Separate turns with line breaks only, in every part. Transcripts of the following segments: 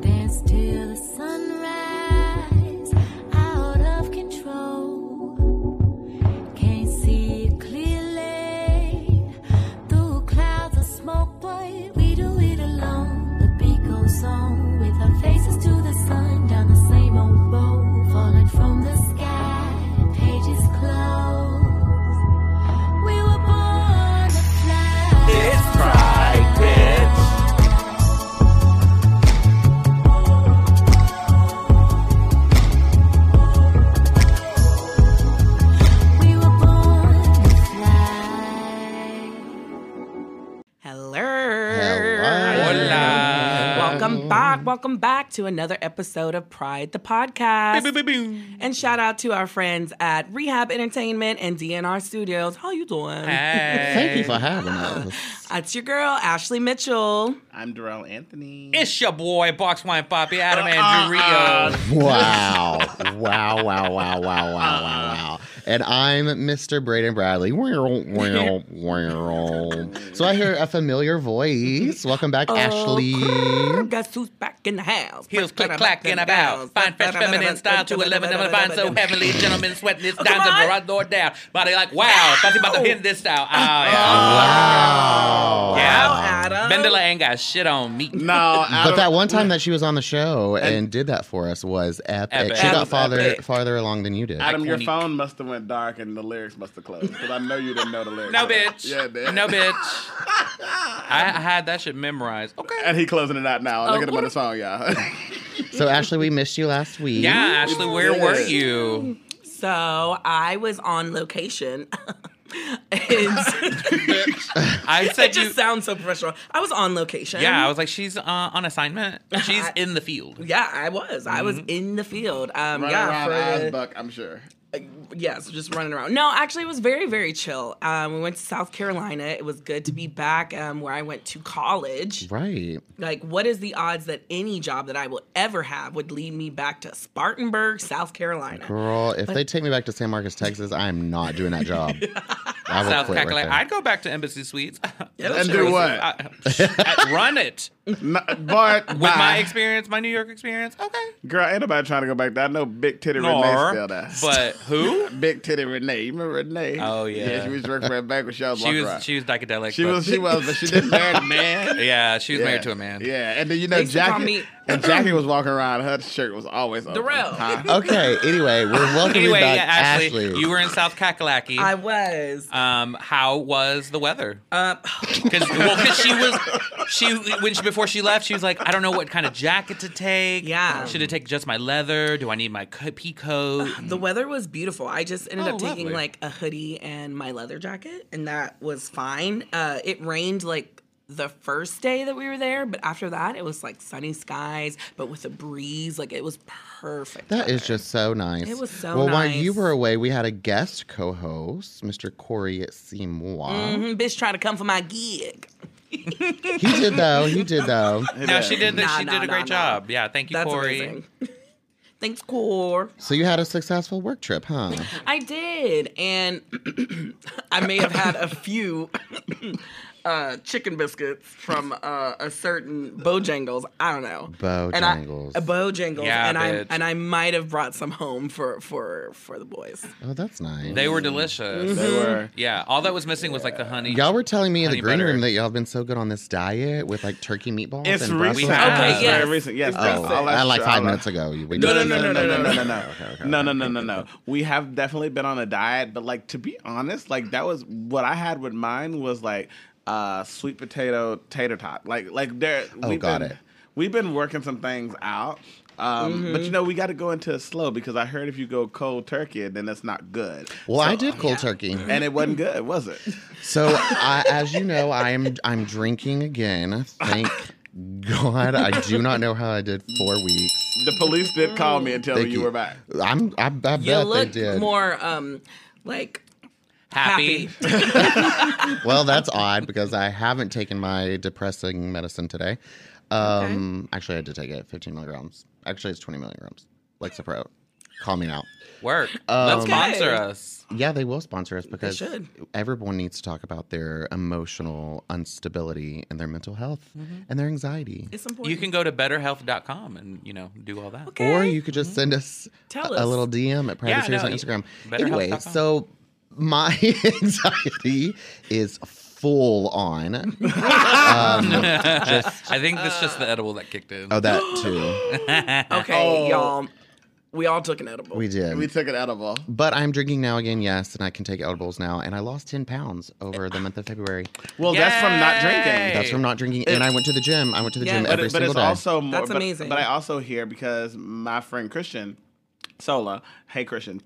dance till the sunrise. Out of control. Can't see it clearly. Through clouds of smoke, boy, we do it alone. The beat goes on with our faces to the sun. Down the same old road, falling from the sky. Pages close. We were born to fly.
It's pride, bitch.
We were born to fly.
Hello.
Hola.
Welcome back. Welcome back to another episode of Pride the Podcast. And shout out to our friends at Rehab Entertainment and DNR Studios. How you doing?
Thank you for having us.
It's your girl, Ashley Mitchell.
I'm Darrell Anthony.
It's your boy, Box Wine Poppy, Adam Andrew
Uh,
Rio.
Wow. Wow, wow, wow, wow, wow, wow, wow. And I'm Mr. Braden Bradley. Whirl, whirl, whirl. So I hear a familiar voice. Welcome back, Ashley.
Oh, guess who's back in the house?
Heels click clacking about. Fine fresh feminine style to 11 never fine so heavenly. Gentlemen sweating this down
Oh, come
the
on.
broad door down. Body like wow. Fancy about to hit this style. Oh,
Wow.
Wow,
yeah. Yeah.
Adam.
Bendela ain't got shit on me.
no, I
But
don't-
that one time that she was on the show and did that for us was epic.
Epic.
She got
Epic.
farther
Epic.
farther along than you did.
Adam, your
Iconic.
phone must have went dark and the lyrics must have closed because I know you didn't know the lyrics.
No, bitch.
Yeah, bitch.
No, bitch. I, I had that shit memorized. Oh, Okay.
And he closing it out now.
Oh,
Look at him
what
on the song, y'all.
So Ashley, we missed you last week.
Yeah, Ashley, where
Yeah.
were you?
So I was on location. And-
I
It
said you.
just sounds so professional. I was on location.
Yeah, I was like, she's uh, on assignment. She's in the field.
Yeah, I was. I was in the field. Um,
Mm-hmm. Running
yeah,
around
for-
eyes buck, I'm sure.
yeah, so just running around. No, actually, it was very, very chill. Um, we went to South Carolina. It was good to be back um, where I went to college.
Right.
Like, what is the odds that any job that I will ever have would lead me back to Spartanburg, South Carolina?
Girl, if they take me back to San Marcos, Texas, I am not doing that job. I will
South
quit right
Cackalack.
there.
I'd go back to Embassy Suites.
It was
And
crazy.
do what?
I- I'd run it with
No, but
my
bye.
experience, my New York experience. Okay,
girl, ain't nobody trying to go back there. I know Big Titty Renee
Nor,
still there.
but who?
Big Titty Renee, you remember Renee?
Oh, yeah.
she was working for a bank with She was,
She was she was psychedelic.
she
but-
was, she was, but she didn't marry a man.
yeah, she was
Yeah.
married to a man.
Yeah, and then you know
They used to call
Jackie
me-
and Jackie was walking around. Her shirt was always open.
Darrell.
Huh?
Okay, anyway, we're welcoming
Anyway,
back
yeah,
Ashley.
Ashley, you were in South Kakalaki.
I was.
Um, how was the weather?
Um,
Because she was she when she, before she left, she was like, I don't know what kind of jacket to take.
Yeah.
should I take just my leather? Do I need my co- pea coat?
The weather was beautiful. I just ended
Mm. Oh,
up taking
lovely.
like a hoodie and my leather jacket, and that was fine. Uh, it rained like the first day that we were there, but after that, it was like sunny skies, but with a breeze. Like it was perfect.
That is
weather.
just so nice.
It was so
Well, while
nice.
you were away, we had a guest co host, Mr. Corey Seymour.
Mhm, bitch trying to come for my gig.
He did, though. He did, though.
No, she did.
Nah,
she
nah,
did a
nah,
great
nah.
job. Yeah, thank you,
That's
Corey.
amazing. Thanks, Core.
So you had a successful work trip, huh?
I did, and I may have had a few uh, chicken biscuits from uh, a certain Bojangles. I don't know.
Bojangles.
And I, a Bojangles,
Yeah,
and I
bitch.
and I might have brought some home for for for the boys.
Oh, that's nice.
They were delicious.
Mm-hmm.
They were.
Yeah, all that was missing was like the honey.
Y'all were telling me in the
Honey
green
butter.
room that y'all have been so good on this diet with like turkey meatballs.
It's recent.
and Brussels
have.
sprouts.
Okay,
It's very
yes.
recent. Yes,
Oh,
all that
I like
shit,
five
all
minutes
that-
ago. We
No, no,
did-
no, no, no, no, no, no,
Okay, okay,
no, no, no, no, no, no. We have definitely been on a diet, but like to be honest, like that was what I had with mine was like uh, sweet potato tater tot. Like, like there.
Oh,
we've
got
been-
it.
We've been working some things out. Um, But
Mm-hmm.
you know we got to go into it slow because I heard if you go cold turkey, then that's not good.
Well, I did cold turkey.
and it wasn't good, was it?
So, I, as you know, I'm I'm drinking again. Thank God. I do not know how I did four weeks.
The police did call me and tell me
Thank
you
you.
were back.
I'm I, I bet
You
they
look
did.
more um like
happy.
Well, that's odd because I haven't taken my depressing medicine today. Um, Actually, I did take it, 15 milligrams. Actually, it's 20 milligrams, Lexapro. Call me now.
Work. Let's
Um,
sponsor
Okay.
us.
Yeah, they will sponsor us because
should.
everyone needs to talk about their emotional instability and their mental health
Mm-hmm.
and their anxiety.
It's important.
You can go to betterhealth.com and, you know, do all that.
Okay.
Or you could just send us
Tell
a, a
us.
little DM at Private
Yeah,
Series
no,
on
you-
Instagram.
BetterHelp.com.
Anyway, so my anxiety is full on.
I think that's just the edible that kicked in.
Oh, that too.
Okay,
Oh.
y'all. We all took an edible.
We did.
We took an edible.
but I'm drinking now again, yes, and I can take edibles now. And I lost 10 pounds over the month of February.
Well, that's from not
Yay.
drinking.
That's from not drinking. And I went to the gym. I went to the
Yeah.
gym
But
every
but, but
single
it's
day.
also more,
That's
but-
amazing.
But, I also hear because my friend Christian Sola, hey Christian,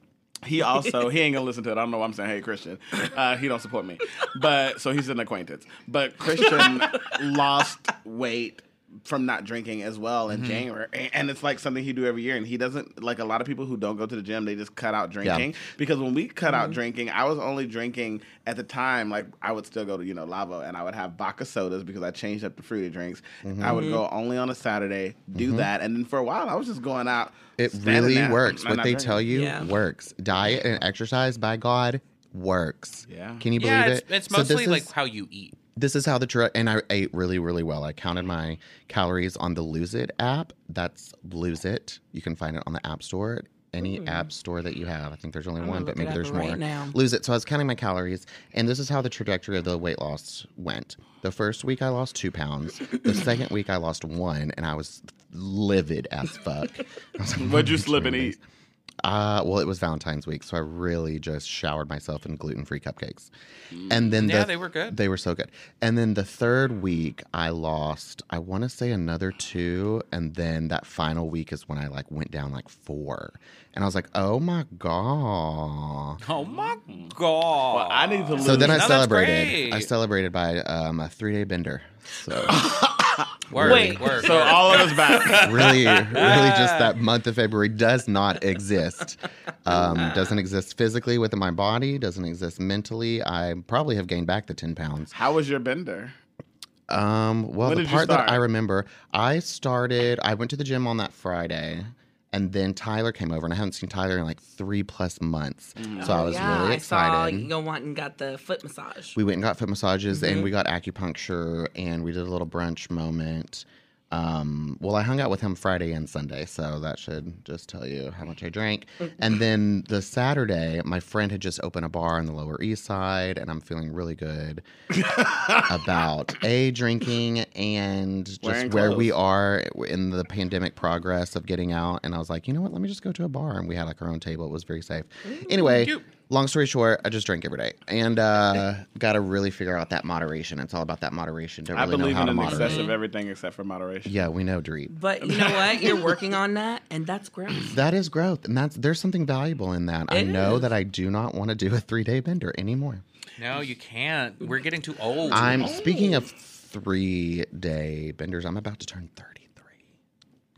he also he ain't gonna listen to it. I don't know why I'm saying hey Christian. Uh, he don't support me, but so he's an acquaintance. But Christian lost weight from not drinking as well in January, A- and it's like something he do every year. And he doesn't like a lot of people who don't go to the gym. They just cut out drinking because when we cut out drinking, I was only drinking at the time. Like I would still go to you know Lavo, and I would have vodka sodas because I changed up the fruity drinks. I would go only on a Saturday, do that, and then for a while I was just going out.
It
standing
really
there,
works.
not-
What
not
they
drinking.
tell you
Yeah.
works. Diet and exercise, by God, works.
Yeah.
Can you believe
yeah, it's,
it?
it's
So this
mostly like
is-
how you eat.
this is how the drug and I ate really really well. I counted my calories on the Lose It app. That's Lose It. You can find it on the App Store, any app store that you have. I think there's only one,
Hmm. gonna
but
look it
maybe there's
up right
more.
now.
Lose It. So I was counting my calories, and this is how the trajectory of the weight loss went. The first week I lost two pounds. The second week I lost one, and I was livid as fuck. I was like,
What'd you slip and eat?
Uh, well, it was Valentine's week, so I really just showered myself in gluten-free cupcakes, and then
Mm. Yeah,
the-
they were good.
They were so good. And then the third week, I lost. I want to say another two, and then that final week is when I like went down like four, and I was like, oh my god.
Oh my god!
Well, I need to lose.
So then I
that's
celebrated.
great.
I celebrated by um, a three-day bender. So
work,
Wait.
work.
so all of us back.
really, really, just that month of February does not exist. Um, doesn't exist physically within my body. Doesn't exist mentally. I probably have gained back the ten pounds.
How was your bender?
Um, well,
When
the
did you
part that
start?
I remember, I started, I went to the gym on that Friday. And then Tyler came over, and I haven't seen Tyler in like three plus months.
Mm.
So I was
yeah,
really
I
excited.
saw you go want and got the foot massage.
we went and got foot massages,
Mm-hmm.
and we got acupuncture, and we did a little brunch moment. Um, well, I hung out with him Friday and Sunday, so that should just tell you how much I drank.
Mm-hmm.
and then the Saturday, my friend had just opened a bar on the Lower East Side, and I'm feeling really good about a drinking and just
Wearing
where we
clothes.
are in the pandemic progress of getting out. And I was like, you know what? Let me just go to a bar. And we had like our own table. It was very safe.
Mm,
Anyway,
cute.
long story short, I just drank every day and uh, got to really figure out that moderation. It's all about that moderation. Don't
I
really know
believe
how
in
to
an
moderate.
excess of everything except for moderation.
Yeah, we know, Dreep.
But you know what? You're working on that, and that's growth.
That is growth, and that's there's something valuable in that. I
It
know
is.
that I do not want to do a three day bender anymore.
no, you can't. We're getting too old.
I'm speaking of three day benders. I'm about to turn thirty three.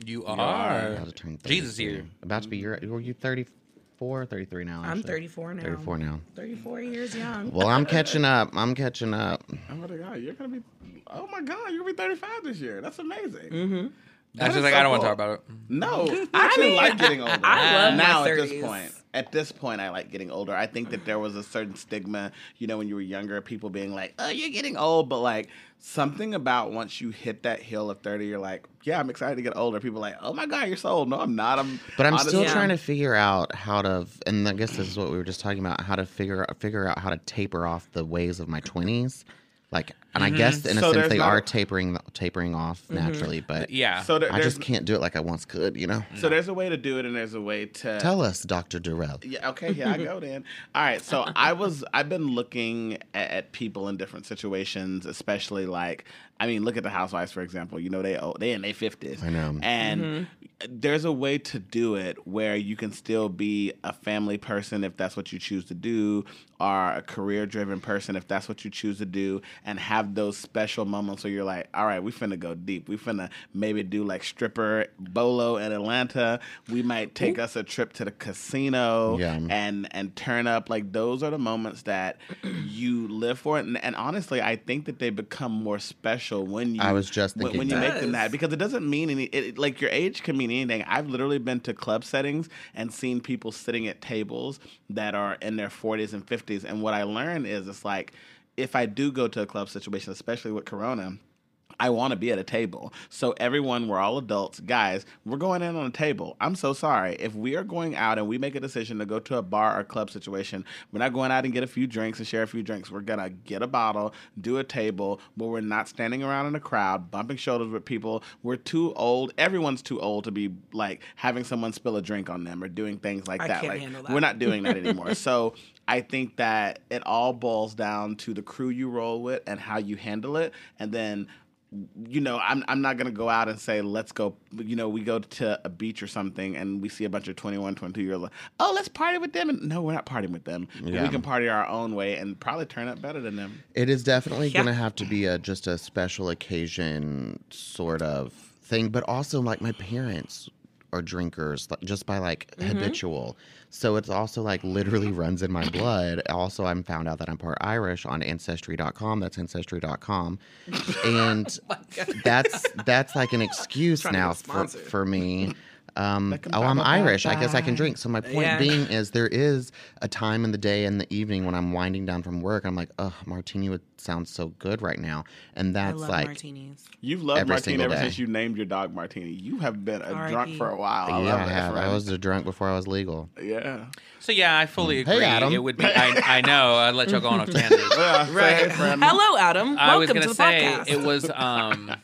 You are.
about to turn 33.
Jesus here.
About to be your. Were you 34 or 33 now?
I'm
actually?
34 now.
34 now.
34 years young.
Well, I'm catching up. I'm catching up.
Oh my god, you're gonna be. Oh my god, you're gonna be 35 this year. That's amazing.
That's
is
just like
so
I don't want to
cool.
talk about it.
No, I actually like getting older.
I love my
now at
30s.
this point. At this point, I like getting older. I think that there was a certain stigma, you know, when you were younger, people being like, "Oh, you're getting old," but like something about once you hit that hill of 30, you're like, "Yeah, I'm excited to get older." People are like, "Oh my god, you're so old." No, I'm not. I'm.
But I'm still
Honestly-
trying to figure out how to, and I guess this is what we were just talking about, how to figure figure out how to taper off the ways of my 20s. Like, and I guess in a
So
sense
there's
they
not-
are tapering tapering off
Mm-hmm.
naturally, but
Yeah.
So there,
I
there's Mm.
just can't do it like I once could, you know.
so there's a way to do it, and there's a way to
Tell us, Doctor Durrell.
Yeah, okay, yeah, I go then. All right, so I was I've been looking at, at people in different situations, especially like I mean, look at the housewives for example. You know they oh, they in their 50s.
I know.
And there's a way to do it where you can still be a family person if that's what you choose to do or a career driven person if that's what you choose to do and have those special moments where you're like, "All right, we finna go deep. We finna maybe do like stripper bolo in Atlanta. We might take us a trip to the casino."
Yeah.
and and turn up like those are the moments that you live for and, and honestly i think that they become more special special when you.
I was just
when- when,
thinking
you
that.
make them that because it doesn't mean any. It, it- like your age can mean anything. I've literally been to club settings and seen people sitting at tables that are in their forties and fifties, and what I learned is it's like if I do go to a club situation, especially with Corona. I want to be at a table. So everyone, we're all adults, guys. We're going in on a table. I'm so sorry if we are going out and we make a decision to go to a bar or club situation. We're not going out and get a few drinks and share a few drinks. We're gonna get a bottle, do a table, but we're not standing around in a crowd, bumping shoulders with people. We're too old. Everyone's too old to be like having someone spill a drink on them or doing things like
I
that.
can't
like
handle that.
we're not doing that anymore. so I think that it all boils down to the crew you roll with and how you handle it, and then you know, I'm I'm not gonna go out and say let's go. You know, we go to a beach or something, and we see a bunch of 21, 22 year olds. Oh, let's party with them. And no, we're not partying with them. But
Yeah.
We can party our own way and probably turn up better than them.
It is definitely
Yeah.
going to have to be a just a special occasion sort of thing, but also like my parents are drinkers like, just by like
Mm-hmm.
habitual. So it's also like literally runs in my blood. Also, I'm found out that I'm part Irish on ancestry.com. That's ancestry.com. And
Oh
that's that's like an excuse
Trying to
now
get
for,
sponsored.
for me. Um,
Like a
oh, I'm
Baba
Irish. I guess I can
Baba.
drink drink. So my point
Yeah.
being is there is a time in the day and the evening when I'm winding down from work. I'm like, oh, martini would sound so good right now, and
I
that's
love
like,
martinis.
You've loved
Every
Martini
single
ever
day.
since you named your dog Martini. You have been a
R.I.P.
drunk for a while. I
yeah,
love
I
that,
have. I
friend.
was drunk before I was legal.
Yeah.
So yeah, I fully
Hey,
agree.
Adam.
It would be. I, I know. I let y'all go on a tangent.
Yeah, right. friend.
Hello, Adam.
I was
Welcome
gonna
to the
say
podcast.
it was. Um,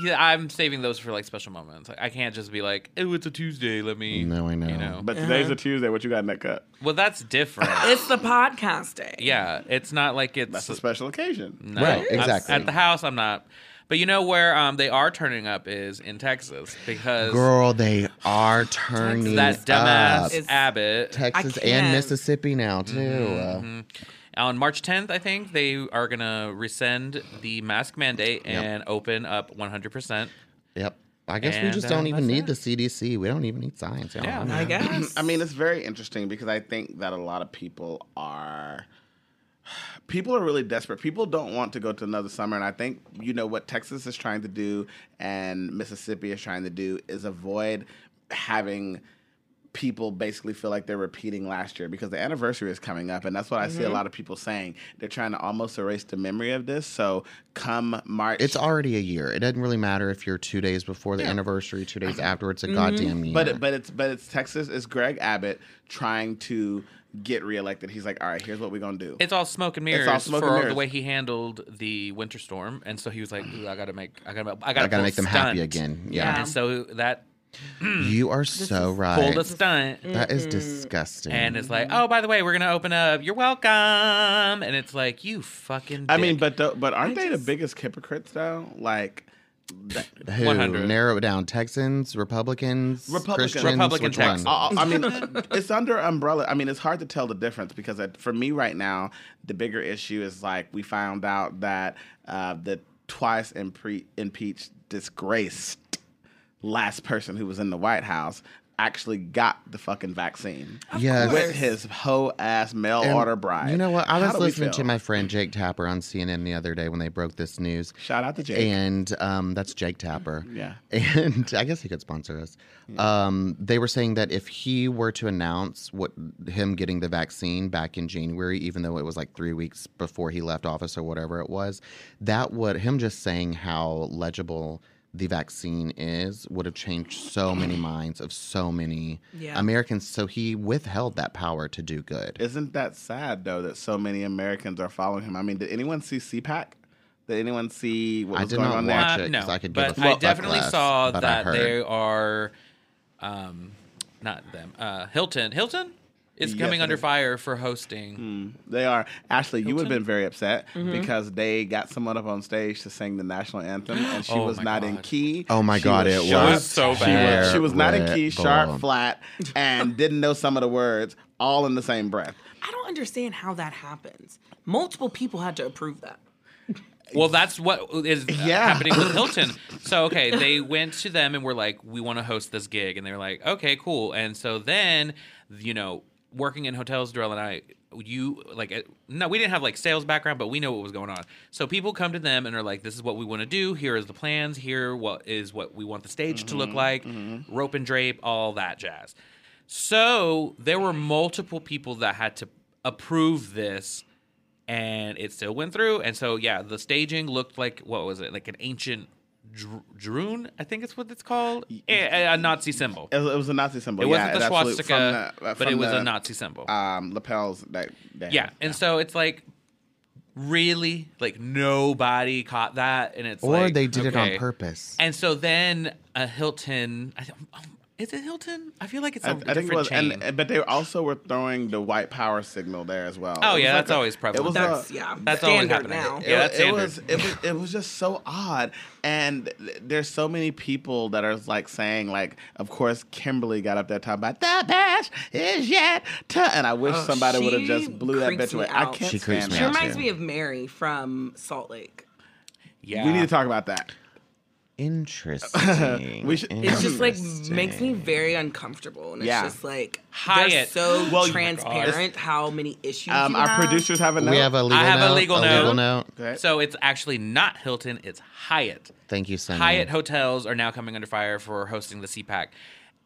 yeah, I'm saving those for like special moments. Like I can't just be like, oh, it's a Tuesday. Let me.
No, I know.
You know.
But today's a Tuesday. What you got in that cup?
well, that's different.
it's the podcast day.
yeah, it's not like it's
That's a special occasion.
No.
Right,
I'm-
exactly.
at the house, I'm not. But you know where um, they are turning up is in Texas because
Girl, they are turning
that
up.
dumbass
It's-
Abbott
Texas
I
and
can't.
Mississippi now too. Uh,
on March 10th, I think they are gonna rescind the mask mandate
Yep.
and open up 100. percent
yep. I guess we
And,
just
uh,
don't even
that's
need
it.
the CDC. We don't even need science. y'all.
Yeah.
I guess.
I mean, it's very interesting because I think that a lot of people are people are really desperate. People don't want to go to another summer, and I think you know what Texas is trying to do and Mississippi is trying to do is avoid having people basically feel like they're repeating last year because the anniversary is coming up and that's what I see a lot of people saying. They're trying to almost erase the memory of this. So come March
It's already a year. It doesn't really matter if you're two days before the anniversary, two days after. It's a goddamn year.
But it, but it's but it's Texas is Greg Abbott trying to get reelected. He's like, all right, here's what we're gonna do.
It's all smoke and mirrors
all smoke
for
and mirrors.
the way he handled the winter storm, and so he was like, "Ooh, "I gotta make, I gotta, I gotta,
I gotta
pull a
make them happy
stunt."
again.
Yeah.
Yeah,
And so that
Mm-hmm.
you are so right.
pulled a stunt,
That is disgusting.
and it's like, "Oh, by the way, we're gonna open up. You're welcome." And it's like, "You fucking."
I mean,
dick."
but the, but aren't
I
they the
just-
biggest hypocrites though? Like that-
who
100.
narrow it down? Texans, Republicans,
Republican. Oh,
Christians,
Republican
which one?
Texans.
I, I mean, it's under umbrella. I mean, it's hard to tell the difference because it, for me right now, the bigger issue is like we found out that uh, the twice impre- impeached, disgraced last person who was in the White House actually got the fucking vaccine.
Yes.
With his hoe ass mail
And
order bride.
You know what? I
How
was
do we
listening to
feel?
my friend Jake Tapper on CNN the other day when they broke this news.
shout out to Jake.
And um, that's Jake Tapper.
Yeah.
And I guess he could sponsor us. Um, they were saying that if he were to announce what him getting the vaccine back in January, even though it was like three weeks before he left office or whatever it was, that would him just saying how legible the vaccine is would have changed so many minds of so many
Yeah.
Americans. So he withheld that power to do good.
Isn't that sad though that so many Americans are following him? I mean, did anyone see CPAC? Did anyone see what
I
was
did
going
not
on
watch
there?
it. 'cause I could give
Uh, but
a
I
fuck
definitely
less,
saw
but I
that
heard.
they are, um, not them. Uh, Hilton, Hilton is
Yes,
coming
it
under
is.
fire for hosting.
They are. Ashley, you would have been very upset
Mm-hmm.
because they got someone up on stage to sing the national anthem and she
Oh
was
my
not in
God.
key.
Oh my
She
God, it
sharp.
was so
She
bad.
was, she was not in key,
Terrible.
sharp, flat, and didn't know some of the words all in the same breath.
I don't understand how that happens. Multiple people had to approve that.
Well, that's what is uh,
Yeah.
happening with Hilton. So, okay, they went to them and were like, we want to host this gig. And they were like, okay, cool. And so then, you know, working in hotels, Darrell and I, you like uh, no we didn't have like sales background but we know what was going on so people come to them and are like this is what we want to do here is the plans here what is what we want the stage to look like rope and drape all that jazz so there were multiple people that had to approve this and it still went through. And so, yeah, the staging looked like what was it? Like an ancient dr- drune, I think it's what it's called, Eh, a, a Nazi symbol.
It was, it was a Nazi symbol.
It
Oh, yeah,
wasn't the
absolute- from
swastika,
the- uh,
but
from
it was
the,
a Nazi symbol.
Um, lapels that. that
yeah, and so it's like really like nobody caught that, and it's
Or
like,
they did it on
okay.
purpose.
And so then a Hilton, I, don't- um, is it Hilton? I feel like it's a
I, I
different
think it was,
chain.
and, but they also were throwing the white power signal there as well.
Oh,
It was
yeah, that's always prevalent.
It was
That's
a,
yeah.
That's always
standard now.
happening. Yeah, that's
it, it was
standard.
it was it was just so odd, and th- there's so many people that are like saying like, of course Kimberly got up there talking about the best is yet to, and I wish
Oh,
somebody would have
she
just blew that
creeps
bitch away.
me
I
out.
can't
She creeps
stand
me
her.
She
Yeah,
reminds
too.
me of Mary from Salt Lake.
yeah,
We need to talk about that.
Interesting.
We should-
It's just like makes me
Interesting.
very uncomfortable, and
Yeah.
it's just like they're
Hyatt.
so
Well, you-
transparent how many issues.
Um,
you
our
have.
producers have a note.
We have a legal
I have
note.
a legal
legal
note.
note.
Okay.
So it's actually not Hilton, it's Hyatt.
Thank you, Sunny.
Hyatt hotels are now coming under fire for hosting the CPAC,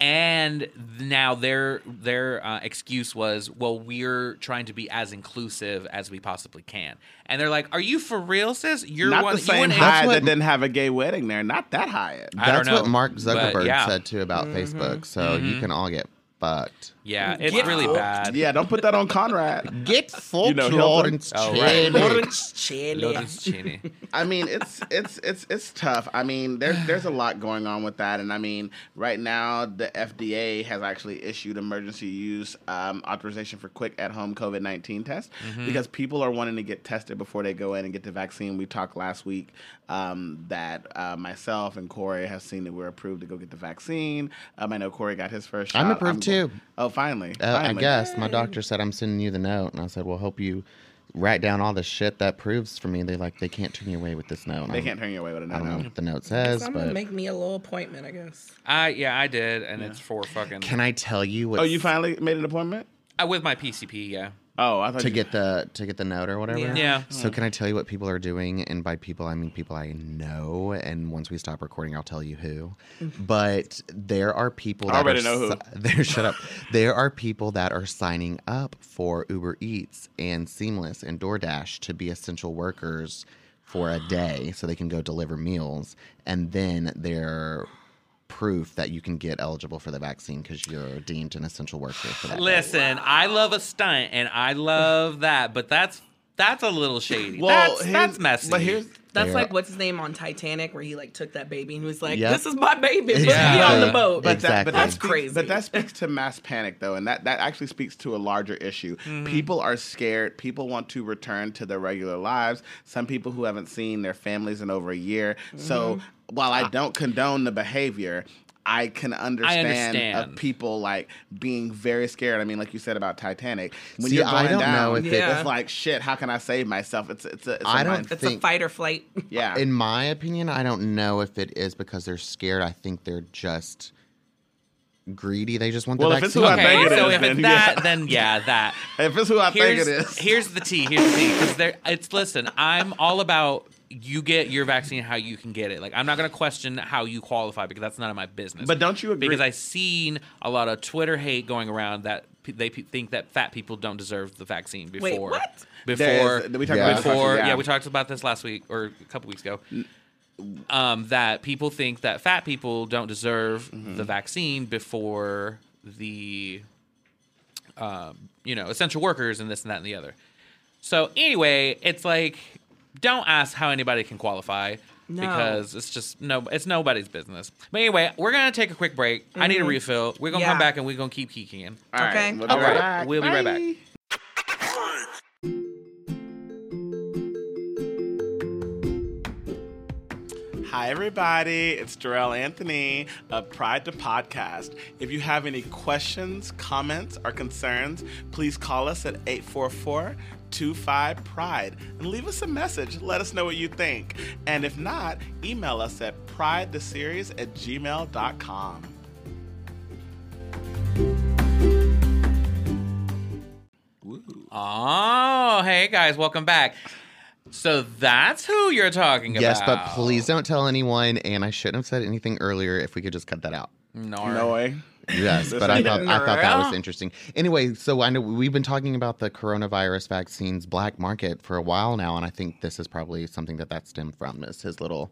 and now their their uh, excuse was, "Well, we're trying to be as inclusive as we possibly can." And they're like, "Are you for real, sis? You're
not
one.
the
you
same
and
Hyatt
what-
that didn't have a gay wedding there. Not that Hyatt.
I don't
That's what
know,
Mark
but
Zuckerberg
yeah. Mm-hmm.
said too about
Mm-hmm.
Facebook. So you can all get fucked.
yeah, it's
Get
really
fucked.
bad.
Yeah, don't put that on Conrad.
Get fucked,
You know Hilton?
Lawrence
Oh,
Cheney.
right.
Lawrence Cheney.
Lotus Cheney.
I mean, it's it's it's it's tough. I mean, there's there's a lot going on with that, and I mean, right now the FDA has actually issued emergency use um, authorization for quick at home COVID nineteen tests
Mm-hmm.
because people are wanting to get tested before they go in and get the vaccine. We talked last week um, that uh, myself and Corey have seen that we're approved to go get the vaccine. Um, I know Corey got his first.
I'm
shot.
approved
go-
too.
Oh, finally!
Uh, I
finally.
guess my doctor said I'm sending you the note, and I said, "Well, hope you write down all the shit that proves for me." They like they can't turn you away with this note.
they can't turn you away with a
I don't know
no.
what the note says,
Someone
but
make me a little appointment, I guess.
I yeah, I did, and it's for fucking
can I tell you what?
Oh, you finally made an appointment?
I, with my PCP. Yeah,
Oh, I thought
to
you-
get the to get the note or whatever.
Yeah.
yeah.
So can I tell you what people are doing? And by people, I mean people I know. And once we stop recording, I'll tell you who.
Mm-hmm.
But there are people. That
I already
are
know who.
There, shut up. There are people that are signing up for Uber Eats and Seamless and DoorDash to be essential workers for a day, so they can go deliver meals, and then they're proof that you can get eligible for the vaccine because you're deemed an essential worker for that. day.
Listen, I love a stunt, and I love that, but that's that's a little shady. that's,
here's-
that's messy.
But here's
That's
Yeah.
like what's his name on Titanic, where he like took that baby and he was like,
Yep.
"This is my baby, put me
Yeah.
on the boat."
But that-
but
Exactly.
that
That's
speaks-
crazy.
But that speaks to mass panic, though, and that, that actually speaks to a larger issue. People are scared. People want to return to their regular lives. Some people who haven't seen their families in over a year. So while I don't condone the behavior, I can understand, of
understand.
people like being very scared. I mean, like you said about Titanic, when
See,
you're going
I don't
down,
know if
it- Yeah.
it's like shit. How can I save myself? It's it's a it's a
I don't
mind-
it's a
think-
fight or flight.
yeah.
In my opinion, I don't know if it is because they're scared. I think they're just greedy. They just want
Well,
the
if it's
vaccine.
who I
okay,
think it
so
is,
if
then,
it's
yeah.
that, then yeah, that.
if it's who I think
Here's
it is,
here's the tea. Here's the tea. Because there, it's listen. I'm all about you get your vaccine how you can get it. Like I'm not gonna question how you qualify because that's none of my business.
But don't you agree-
Because I've seen a lot of Twitter hate going around that pe- they pe- think that fat people don't deserve the vaccine before.
what?
Before
There is- we talked
Yeah.
about this last
before
week,
yeah. we talked about this last week or a couple weeks ago um, that people think that fat people don't deserve
Mm-hmm.
the vaccine before the um, you know essential workers and this and that and the other so anyway it's like don't ask how anybody can qualify
No.
because it's just no it's nobody's business but anyway we're gonna take a quick break i need a refill we're gonna come
Mm-hmm. Yeah.
back and we're gonna keep kicking
All right,
Okay.
we'll be
All
right
right,
back.
we'll be right back.
Bye. Hi, everybody. It's Darrell Anthony of Pride to Podcast. If you have any questions, comments, or concerns, please call us at 844 25 Pride E and leave us a message. Let us know what you think. And if not, email us at pridetheseries at gmail.com. Ooh.
Oh, hey guys, welcome back. So that's who you're talking
Yes,
about.
but please don't tell anyone. And I shouldn't have said anything earlier. If we could just cut that out.
No,
No way.
Yes,
This
but I
ain't
thought I thought that was
real.
interesting. Anyway, so I know we've been talking about the coronavirus vaccines black market for a while now, and I think this is probably something that that stemmed from is his little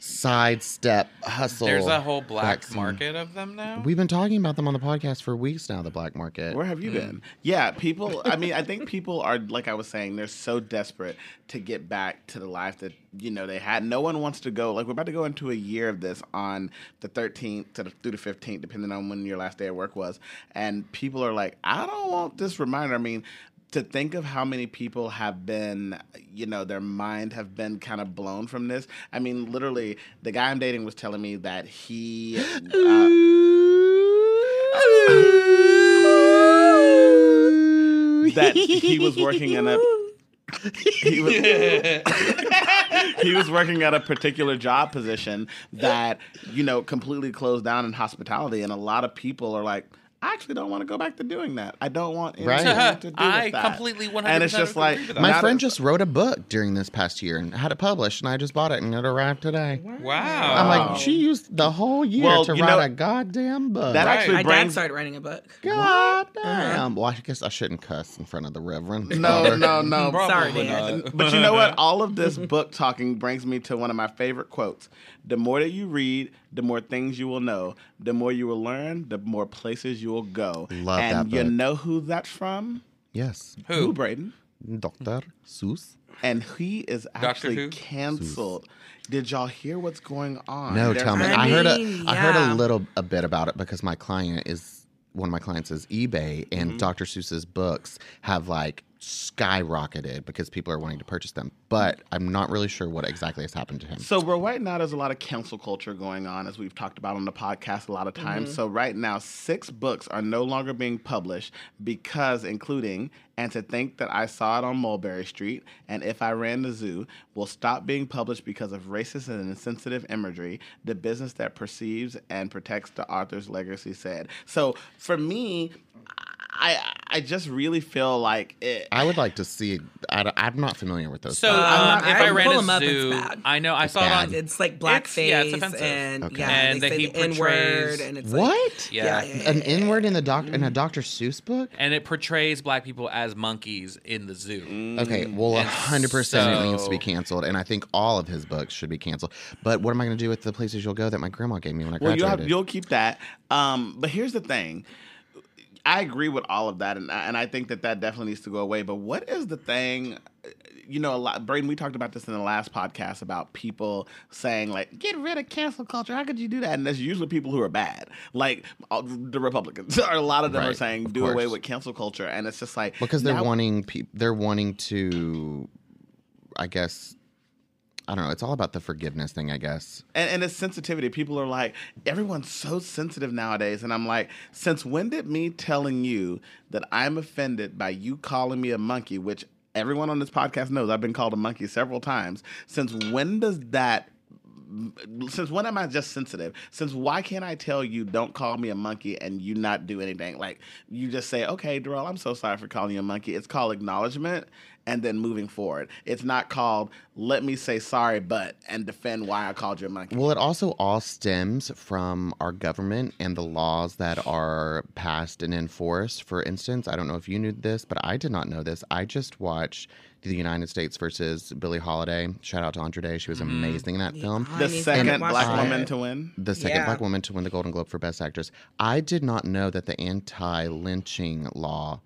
sidestep hustle.
There's a whole black
vaccine.
market of them now.
We've been talking about them on the podcast for weeks now. The black market.
Where have you been? Yeah, people. I mean, I think people are like I was saying. They're so desperate to get back to the life that you know they had. No one wants to go. Like we're about to go into a year of this on the 13th to the, through the 15th, depending on when your last day of work was. And people are like, I don't want this reminder. I mean. To think of how many people have been, you know, their mind have been kind of blown from this. I mean, literally, the guy I'm dating was telling me that he uh, that he was working in a he was, he was working at a particular job position that you know completely closed down in hospitality and a lot of people are like I actually don't want to go back to doing that. I don't want anything
Right.
to do with
I
that.
completely 100%
And it's just
agree
like
with that.
My
not-
friend just wrote a book during this past year and had it published, and I just bought it and it arrived today.
Wow.
I'm
Wow.
like, she used the whole year
Well,
to
you
write
know-
a goddamn book.
that
Right.
actually
My dad
brings
started writing a book.
God damn. Well, I guess I shouldn't cuss in front of the Reverend.
no,
Father.
no, no.
Sorry,
Probably
Dad.
not.
but you know what? All of this book talking brings me to one of my favorite quotes. The more that you read, the more things you will know. The more you will learn, the more places you will go.
Love
and
that
you
book.
know who that's from?
Yes.
Who,
Who?
Braden?
Dr. Seuss.
And he is actually
Who?
canceled. Did y'all hear what's going on?
No,
There's-
tell me.
I
I, heard a I
mean,
heard
yeah.
a little a bit about it because my client is one of my clients is eBay
Mm-hmm.
and Dr. Seuss's books have like skyrocketed because people are wanting to purchase them. But I'm not really sure what exactly has happened to him.
So we're right now. There's a lot of cancel culture going on, as we've talked about on the podcast a lot of times. So right now, six books are no longer being published because, including "And to Think That I Saw It on Mulberry Street" and "If I Ran the Zoo," will stop being published because of racist and insensitive imagery. The business that perceives and protects the author's legacy said. So for me, I I just really feel like it.
I would like to see I, am not familiar with those.
So
books.
um,
Um,
if
I
I, ran
pull
a
them up, it's
zoo,
bad.
I know I saw it on.
bad.
It's like
It's-
blackface
yeah, it's offensive.
and
Okay.
yeah,
And
they
that
say
he
the N word
portrays-
and it's
What?
Like, yeah,
Yeah.
yeah, yeah,
an N-word in the doc in a Dr. Seuss book?
and it portrays black people as monkeys in the zoo.
Mm.
Okay, well, a
And
hundred percent, it needs to be
so-
canceled, and I think all of his books should be canceled. But what am I going to do with the places you'll go that my grandma gave me when I
Well,
graduated?
you'll, have, you'll keep that. Um, but here's the thing. I agree with all of that, and I, and I think that that definitely needs to go away. But what is the thing? You know, a lot, Braden. We talked about this in the last podcast about people saying like, "Get rid of cancel culture." How could you do that? And that's usually people who are bad, like all, the Republicans. Or a lot of them are
Right,
saying,
of
"Do away
course.
with cancel culture," and it's just like
because they're
now-
wanting peop they're wanting to, I guess, I don't know. It's all about the forgiveness thing, I guess.
and, and it's sensitivity. People are like, everyone's so sensitive nowadays. And I'm like, since when did me telling you that I'm offended by you calling me a monkey, which everyone on this podcast knows I've been called a monkey several times, since when does that? Since when am I just sensitive? Since why can't I tell you don't call me a monkey and you not do anything? Like you just say, okay, Darrell, I'm so sorry for calling you a monkey. It's called acknowledgement and then moving forward. It's not called let me say sorry but and defend why I called you a monkey.
Well, it also all stems from our government and the laws that are passed and enforced. For instance, I don't know if you knew this, but I did not know this. I just watched the United States versus Billie Holiday. Shout out to Andre Day. She was amazing in that film.
the
need to
second
watch
black
that.
woman to win.
the second
Yeah.
black woman to win the Golden Globe for Best Actress. I did not know that the anti lynching law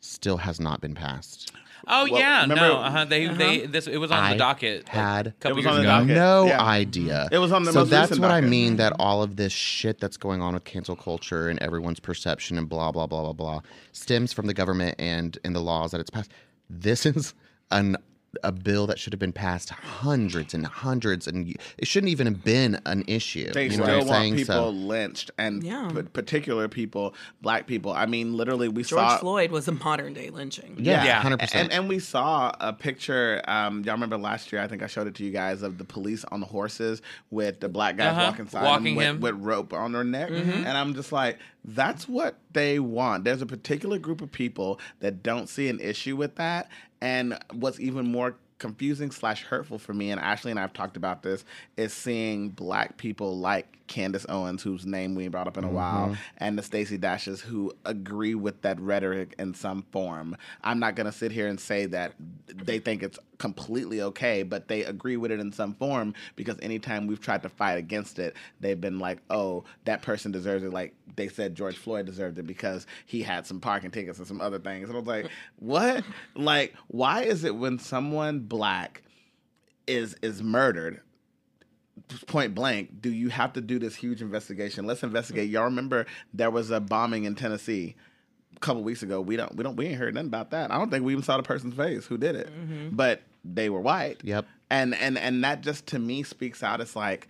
still has not been passed.
Oh
Well,
yeah,
remember-
no, uh-huh. they they this it was on
I
the docket. like,
had
a couple
It was
years
on the
ago.
docket.
No
yeah.
idea.
It was on the
so
most
that's
recent
what I
docket.
mean that all of this shit that's going on with cancel culture and everyone's perception and blah blah blah blah blah stems from the government and and the laws that it's passed. This is an a bill that should have been passed hundreds and hundreds and y- it shouldn't even have been an issue.
They
you know
still
what I'm
want
saying?
people
So-
lynched and
Yeah.
p- particular people, black people. I mean, literally, we
George
saw
Floyd was a modern day lynching.
yeah,
Yeah.
100%.
And, and we saw a picture. Um, y'all remember last year? I think I showed it to you guys of the police on the horses with the black guys
Uh-huh.
walking side
Walking
with,
him. Mm-hmm.
with rope on their neck. And I'm just like, That's what they want. There's a particular group of people that don't see an issue with that. And what's even more confusing slash hurtful for me, and Ashley and I have talked about this, is seeing black people like Candace Owens, whose name we ain't brought up in a
Mm-hmm.
while, and the Stacey Dashes who agree with that rhetoric in some form. I'm not gonna sit here and say that they think it's completely okay, but they agree with it in some form because anytime we've tried to fight against it, they've been like, oh, that person deserves it. Like they said George Floyd deserved it because he had some parking tickets and some other things. And I was like, what? Like, why is it when someone black is is murdered point blank, do you have to do this huge investigation? Let's investigate. Y'all remember there was a bombing in Tennessee a couple weeks ago. We don't we don't we ain't heard nothing about that. I don't think we even saw the person's face who did it. But they were white.
Yep.
And and and that just to me speaks out it's like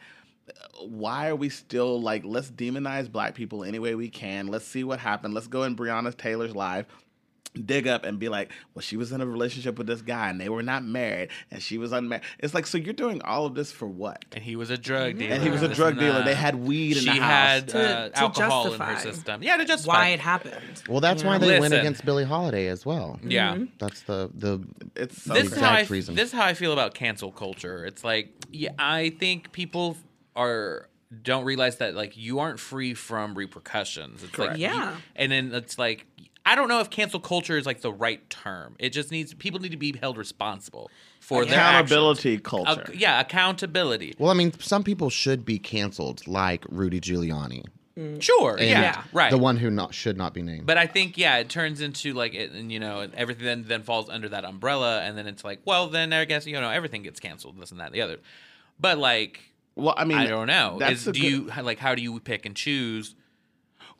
why are we still like let's demonize black people any way we can. Let's see what happened. Let's go in Breonna Taylor's live dig up and be like, well, she was in a relationship with this guy and they were not married and she was unmarried. It's like, so you're doing all of this for what?
And he was a drug dealer.
And he was a
this
drug
and
dealer.
that.
They had weed in
She
the house.
had
To-
uh,
to
alcohol in her
justify
system. Yeah, to justify
why it happened.
Well, that's why they went
Listen.
against Billie Holiday as well.
Yeah.
That's the the
it's so
this is how I,
exact reason.
This is how I feel about cancel culture. It's like yeah, I think people are don't realize that like you aren't free from repercussions. It's like
Correct.
you-
Yeah.
and then it's like I don't know if cancel culture is like the right term. It just needs people need to be held responsible for their actions.
accountability culture.
Ac- yeah, accountability.
Well, I mean, some people should be canceled, like Rudy Giuliani,
Sure. yeah.
Yeah.
Right.
the one who not should not be named.
But I think yeah, it turns into like it, and you know, and everything then, then falls under that umbrella, and then it's like, well, then I guess you know everything gets canceled, this and that, and the other. But like,
Well, I mean,
I don't know.
That's
Is,
a
do
good-
you like how do you pick and choose?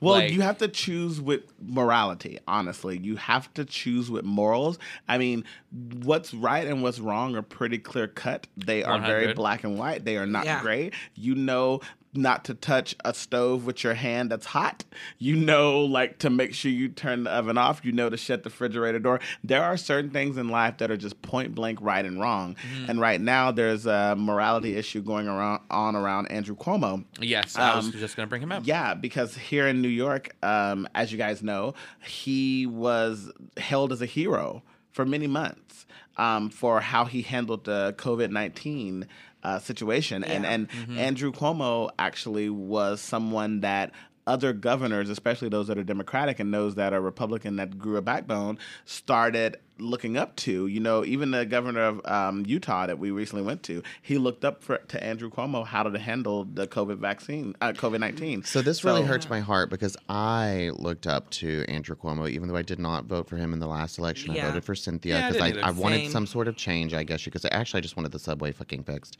Well,
Like-
you have to choose with morality, honestly. You have to choose with morals. I mean, what's right and what's wrong are pretty clear cut. They are very
100.
black and white. They are not
Yeah.
gray. You know not to touch a stove with your hand that's hot. You know like to make sure you turn the oven off. You know to shut the refrigerator door. There are certain things in life that are just point blank right and wrong. And right now there's a morality issue going around on around Andrew Cuomo.
Yes, I was
Um,
just gonna bring him up.
Yeah, because here in New York, um, as you guys know, he was hailed as a hero for many months um, for how he handled the COVID 19 uh, situation. And,
Yeah.
and Andrew Cuomo actually was someone that other governors, especially those that are Democratic and those that are Republican that grew a backbone, started looking up to. You know, even the governor of um, Utah that we recently went to, he looked up for, to Andrew Cuomo how to handle the COVID vaccine, uh, COVID 19.
so this really hurts my heart because I looked up to Andrew Cuomo, even though I did not vote for him in the last election. I
Yeah.
voted for Cynthia
Yeah, I
because
didn't either.
I, I, wanted
Same.
some sort of change, I guess you could say. Actually, I just wanted the subway fucking fixed.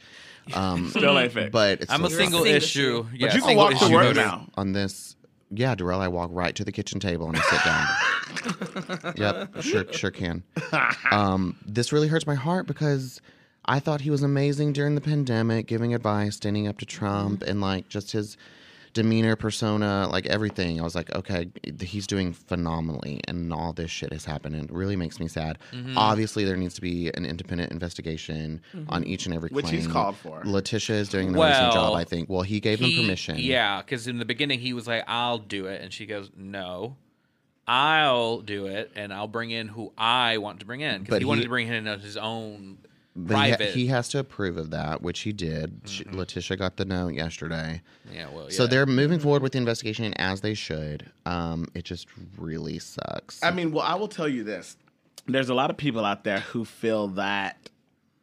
Um,
Still ain't fixed.
but it's
I'm a
still-
single
single
issue.
issue.
Yeah,
but you can
single
walk to
issue
work
voter.
now.
on this. Yeah, Darrell, I walk right to the kitchen table and I sit down. yep, sure, sure can. Um, this really hurts my heart because I thought he was amazing during the pandemic, giving advice, standing up to Trump,
Mm-hmm.
and like just his demeanor, persona, like everything. I was like, okay, he's doing phenomenally, and all this shit has happened, and it really makes me sad.
Mm-hmm.
Obviously, there needs to be an independent investigation on each and every
Which
claim.
he's called for.
Letitia is doing an
Well,
amazing job, I think. Well, he gave
He-
him permission.
Yeah, because in the beginning he was like, "I'll do it," and she goes, "No." I'll do it, and I'll bring in who I want to bring in because
But
he, wanted
he-
to bring in his own
But he ha-
private.
He, has to approve of that, which he did. She- Letitia got the note yesterday.
yeah, well, Oh, yeah. Mm-hmm.
So they're moving forward with the investigation as they should. Um, it just really sucks.
I mean, well, I will tell you this. There's a lot of people out there who feel that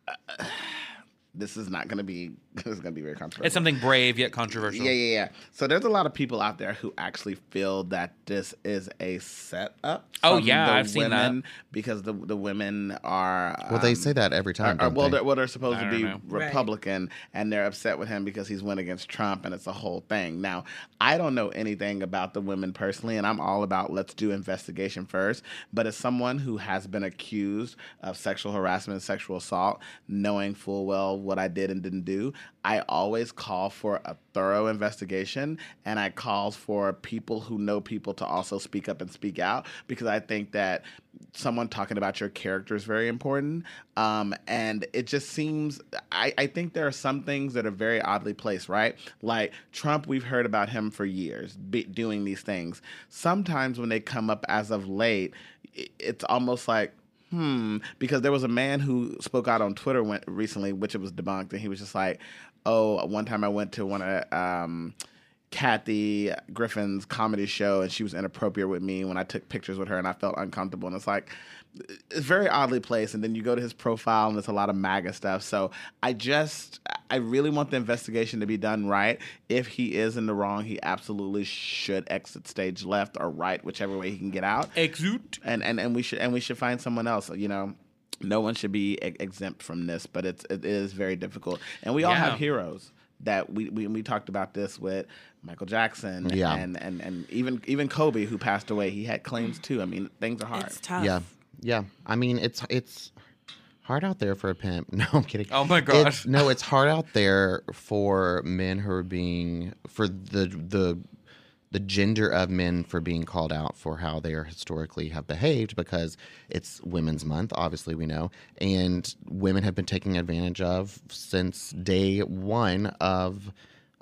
uh, this is not going to be this is going to be very controversial.
It's something brave yet controversial.
Yeah, yeah, yeah. So there's a lot of people out there who actually feel that this is a setup.
Oh,
from
yeah,
the
I've seen that.
women because the the women are
well, they
um,
say that every
are,
time.
are,
don't
well,
they?
they're, well, they're supposed to
don't
be
know.
Right.
Republican, and they're upset with him because he's went against Trump, and it's a whole thing. Now, I don't know anything about the women personally, and I'm all about let's do investigation first. But as someone who has been accused of sexual harassment and sexual assault, knowing full well what I did and didn't do, I always call for a thorough investigation, and I call for people who know people to also speak up and speak out because I think that someone talking about your character is very important. Um, and it just seems, I, I think there are some things that are very oddly placed, right? Like Trump, we've heard about him for years be, doing these things. Sometimes when they come up as of late, i it's almost like, hmm, because there was a man who spoke out on Twitter when, recently, which it was debunked, and he was just like, oh, one time I went to one of, um, Kathy Griffin's comedy show, and she was inappropriate with me when I took pictures with her, and I felt uncomfortable. And it's like, it's very oddly placed. And then you go to his profile, and there's a lot of MAGA stuff. So I just, I really want the investigation to be done right. If he is in the wrong, he absolutely should exit stage left or right, whichever way he can get out.
Exude.
And and and we should and we should find someone else. You know. No one should be e- exempt from this, but it's it is very difficult, and we all
Yeah.
have heroes that we, we we talked about this with Michael Jackson
Yeah.
and, and and even even Kobe who passed away he had claims too I mean things are hard
It's tough.
Yeah, yeah. I mean, it's it's hard out there for a pimp. No, I'm kidding.
Oh my
It's-
gosh.
no, it's hard out there for men who are being for the the the gender of men for being called out for how they are historically have behaved because it's women's month obviously we know and women have been taken advantage of since day 1 of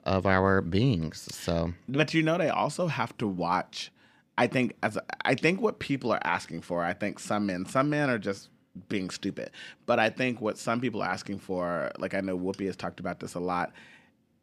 of our beings so
but you know they also have to watch I think as I think what people are asking for I think some men some men are just being stupid but I think what some people are asking for like I know Whoopi has talked about this a lot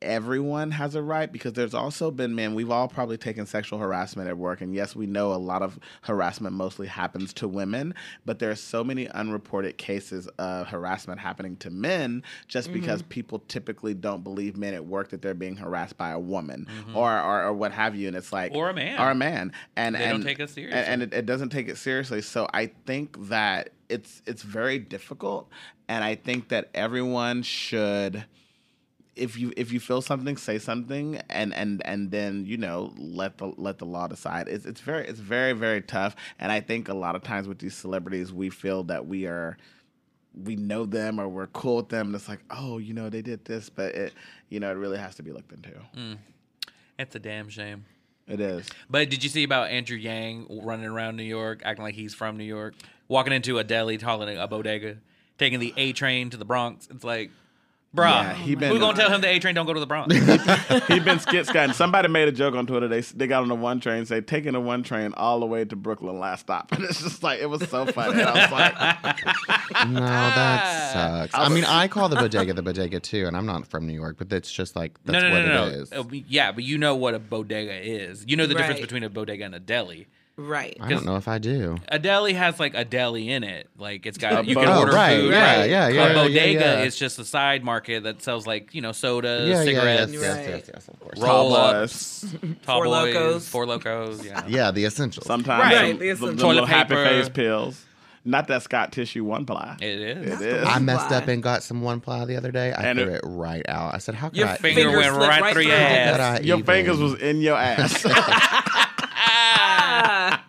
everyone has a right because there's also been men we've all probably taken sexual harassment at work and yes we know a lot of harassment mostly happens to women but there are so many unreported cases of harassment happening to men just
Mm-hmm.
because people typically don't believe men at work that they're being harassed by a woman or, or or what have you and it's like
Mm-hmm. Or a man.
or a man and
They
and
don't take us
and-
seriously.
and it, it doesn't take it seriously. So I think that it's it's very difficult, and I think that everyone should, if you if you feel something, say something, and and and then you know let the let the law decide. It's it's very it's very very tough, and I think a lot of times with these celebrities, we feel that we are. We know them, or we're cool with them, and it's like, oh, you know, they did this, but it, you know, it really has to be looked into.
Mm. It's a damn shame.
It is.
But did you see about Andrew Yang running around New York, acting like he's from New York, walking into a deli, calling it a bodega, taking the A train to the Bronx? It's like,
Yeah,
bruh,
he
who
been-
gonna tell him the A train don't go to the Bronx?
He'd been skit scatting. Somebody made a joke on Twitter. They they got on the one train, say taking the one train all the way to Brooklyn last stop. And it's just like it was so funny. And I was like,
No,
Ah.
that sucks. I mean, I call the bodega the bodega too, and I'm not from New York, but it's just like
no,
that's
no,
what
no,
it
no,
is.
no. Uh, Yeah, but you know what a bodega is. You know the difference
Right.
between a bodega and a deli.
Right.
I don't know if I do.
A deli has like a deli in it. Like it's got
A
you can
bo-
order
Oh, right,
food.
yeah,
right?
yeah, yeah,
A
yeah,
bodega
yeah.
is just a side market that sells like you know
Yeah,
sodas,
yeah, yes,
cigarettes,
yes,
Right.
yes, yes, of course.
roll ups,
Starbucks.
tall
Four
boys,
Locos.
four locos. Yeah.
Yeah, the essentials.
Sometimes
Right.
some-
Right, there's
the,
some-
the little
Toilet
happy
paper.
face pills. Not that Scott tissue one ply.
It is.
It is.
I messed
Why?
up and got some one ply the other day. I
And
threw
it-
it, right out. I said, "How could
Your
I?"
finger
Finger
went
slipped
right,
right
through your
through.
how
ass.
could I
Your
even-
fingers was in your ass.
Ah,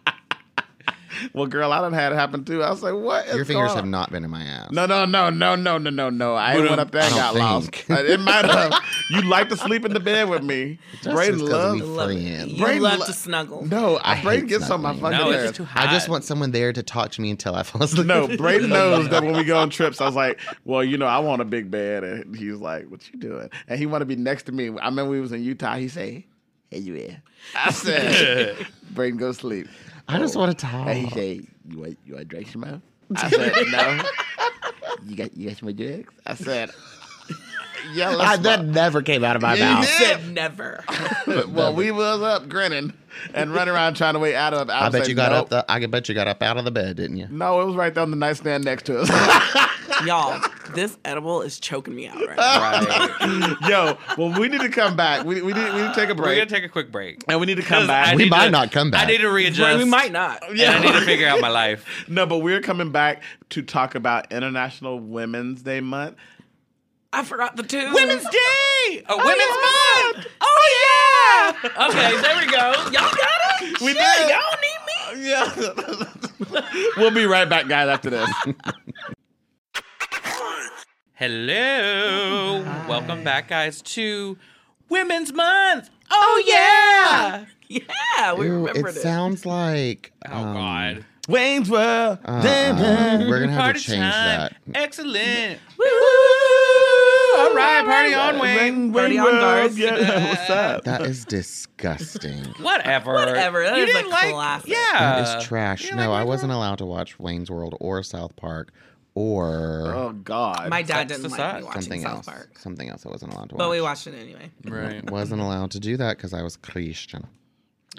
well, girl, I done had it happen too. I was like, what? is
Your fingers
going
have
on?
not been in my ass.
No, no, no, no, no, no, no, no. I ain't went
um,
up there and
I
got
don't
lost.
think.
Uh, It might have. You like to sleep in the bed with me.
Just
Braden
because we
loves-
love it.
friends.
You
Braden
love
lo-
to snuggle.
No, I
hate
Braden gets on my
snuggling.
fucking
No, it's
nerves.
just too hot.
I just want someone there to talk to me until I fall asleep.
No, Braden knows that when we go on trips, I was like, "Well, you know, I want a big bed," and he's like, "What you doing?" And he wanted to be next to me. I remember we was in Utah. He said, "Hey, you here?" I said, "Braden, go sleep."
I just
Oh.
want to talk.
And he said, "You want you want drugs, Shamo?" I said, "No." you got you got some drugs? I said, "Yeah, let's."
I,
smoke."
that never came out of my
Yeah, you
mouth.
did.
Said never.
well, we was up grinning and running around trying to wait out of.
I bet
said,
you got
"Nope."
up. The, I bet you got up out of the bed, didn't you?
No, it was right there on the nightstand next to us.
Y'all, this edible is choking me out right now.
Yo, well, we need to come back. We, we, need, we need to take a
We're
break.
gonna take a quick break.
and we need to come
'Cause I
back.
We
need
might
to-
not come back.
I need to
Right,
readjust.
we might not.
Yeah, I need to figure out my life.
no, but we're coming back to talk about International Women's Day Month.
I forgot the two.
Day, a
Oh,
women's month. Oh yeah. Okay, there we go.
Y'all got it?
We
Y'all
did.
need me?
Yeah. we'll be right back, guys, after this.
Hello. Welcome back, guys, to Women's Month. Oh yeah.
Yeah, we
Ew,
remembered
it
it.
sounds like
Oh
um,
god.
Wayne's World.
Uh-uh. We're gonna have
Party
to change
time.
that.
Excellent.
All
right, party on, Wayne.
Party on, guys.
Yeah, what's up?
That is disgusting.
Whatever.
Whatever, that
you
is a
didn't like,
classic.
Yeah.
That is trash.
Uh,
No,
You didn't like
I
Wayne's
wasn't
World?
allowed to watch Wayne's World or South Park or
Oh God.
My dad
Sex
didn't like
Society.
me watching
something
South
else. Oh,
Park,
Something else I wasn't allowed to watch.
but we watched it anyway.
Right.
wasn't allowed to do that because I was Christian.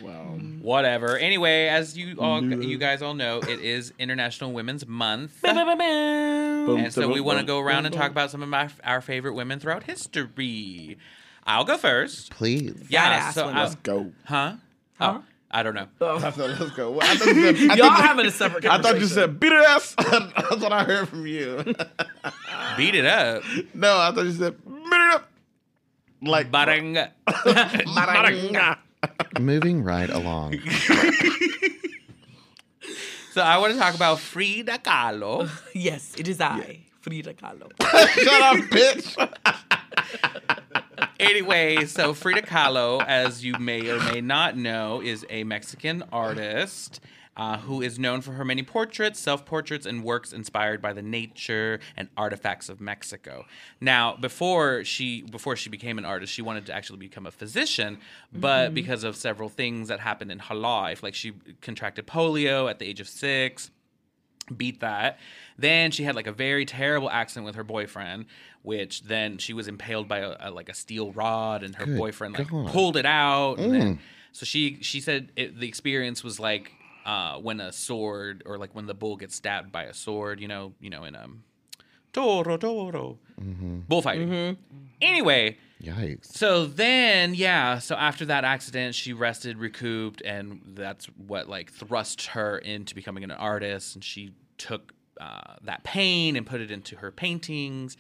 Well,
Whatever. Anyway, as you all,
Mm-hmm.
you guys all know, it is International Women's Month.
boom,
And so we
boom,
want to
boom,
go around
boom,
and
boom.
talk about some of my, our favorite women throughout history. I'll go first.
Please.
Yeah.
Fat-ass
So
women.
I-
Let's go.
huh?
Huh?
Oh, I don't know.
I thought, let's go. Well, I thought you said, I
Y'all
thought you-
having a separate
I
conversation.
thought you said beat her ass. That's what I heard from you.
Beat it up.
no, I thought you said beat it up. Like
Barang.
Baranga.
Moving right along.
So I want to talk about Frida Kahlo.
Yes, it is I, Frida Kahlo.
Shut up, bitch.
anyway, so Frida Kahlo, as you may or may not know, is a Mexican artist. Uh, who is known for her many portraits, self portraits, and works inspired by the nature and artifacts of Mexico. Now, before she before she became an artist, she wanted to actually become a physician, but because of several things that happened in her life, like she contracted polio at the age of six, beat that. Then she had like a very terrible accident with her boyfriend, which then she was impaled by a, a- like a steel rod, and her
Good
boyfriend like
God. Mm.
pulled it out. And then, so she she said it, the experience was like uh, when a sword or like when the bull gets stabbed by a sword, you know, you know, in um, toro toro
Mm-hmm.
bullfighting. Anyway,
Yikes.
so then, yeah, so after that accident, she rested, recouped, and that's what like thrust her into becoming an artist. And she took uh, that pain and put it into her paintings.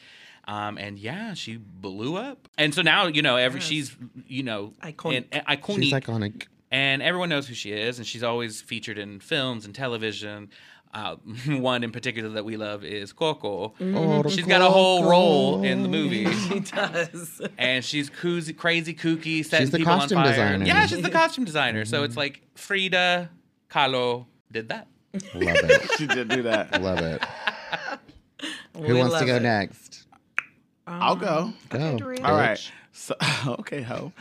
Um, and yeah, she blew up. And so now, you know, every she's, you know,
Iconic.
and- and iconic
She's iconic.
and everyone knows who she is, and she's always featured in films and television. Uh, one in particular that we love is Coco.
Oh,
She's got a whole
Coco.
role in the movie,
She does.
and she's koozy, crazy, kooky, setting
She's the
people
costume
on fire.
designer. Mm-hmm.
Yeah, she's the costume designer. So it's like Frida Kahlo did that.
Love it.
She did do that.
Love it.
We
Who wants to
love
go
it.
next?
I'll go.
Go.
Doreen.
All right.
bitch.
So okay, ho.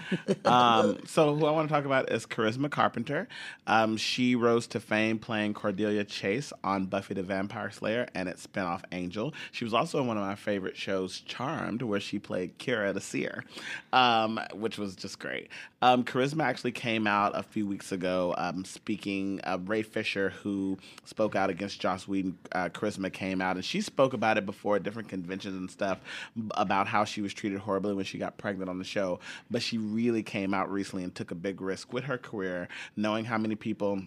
Um, so who I want to talk about is Charisma Carpenter. Um, she rose to fame playing Cordelia Chase on Buffy the Vampire Slayer and its spinoff Angel. She was also in one of my favorite shows, Charmed, where she played Kira the Seer, um, which was just great. Um, Charisma actually came out a few weeks ago um, speaking. Uh, Ray Fisher, who spoke out against Joss Whedon, uh, Charisma came out and she spoke about it before at different conventions and stuff b- about how she was treated horribly when she got pregnant on the show. But she really came out recently and took a big risk with her career, knowing how many people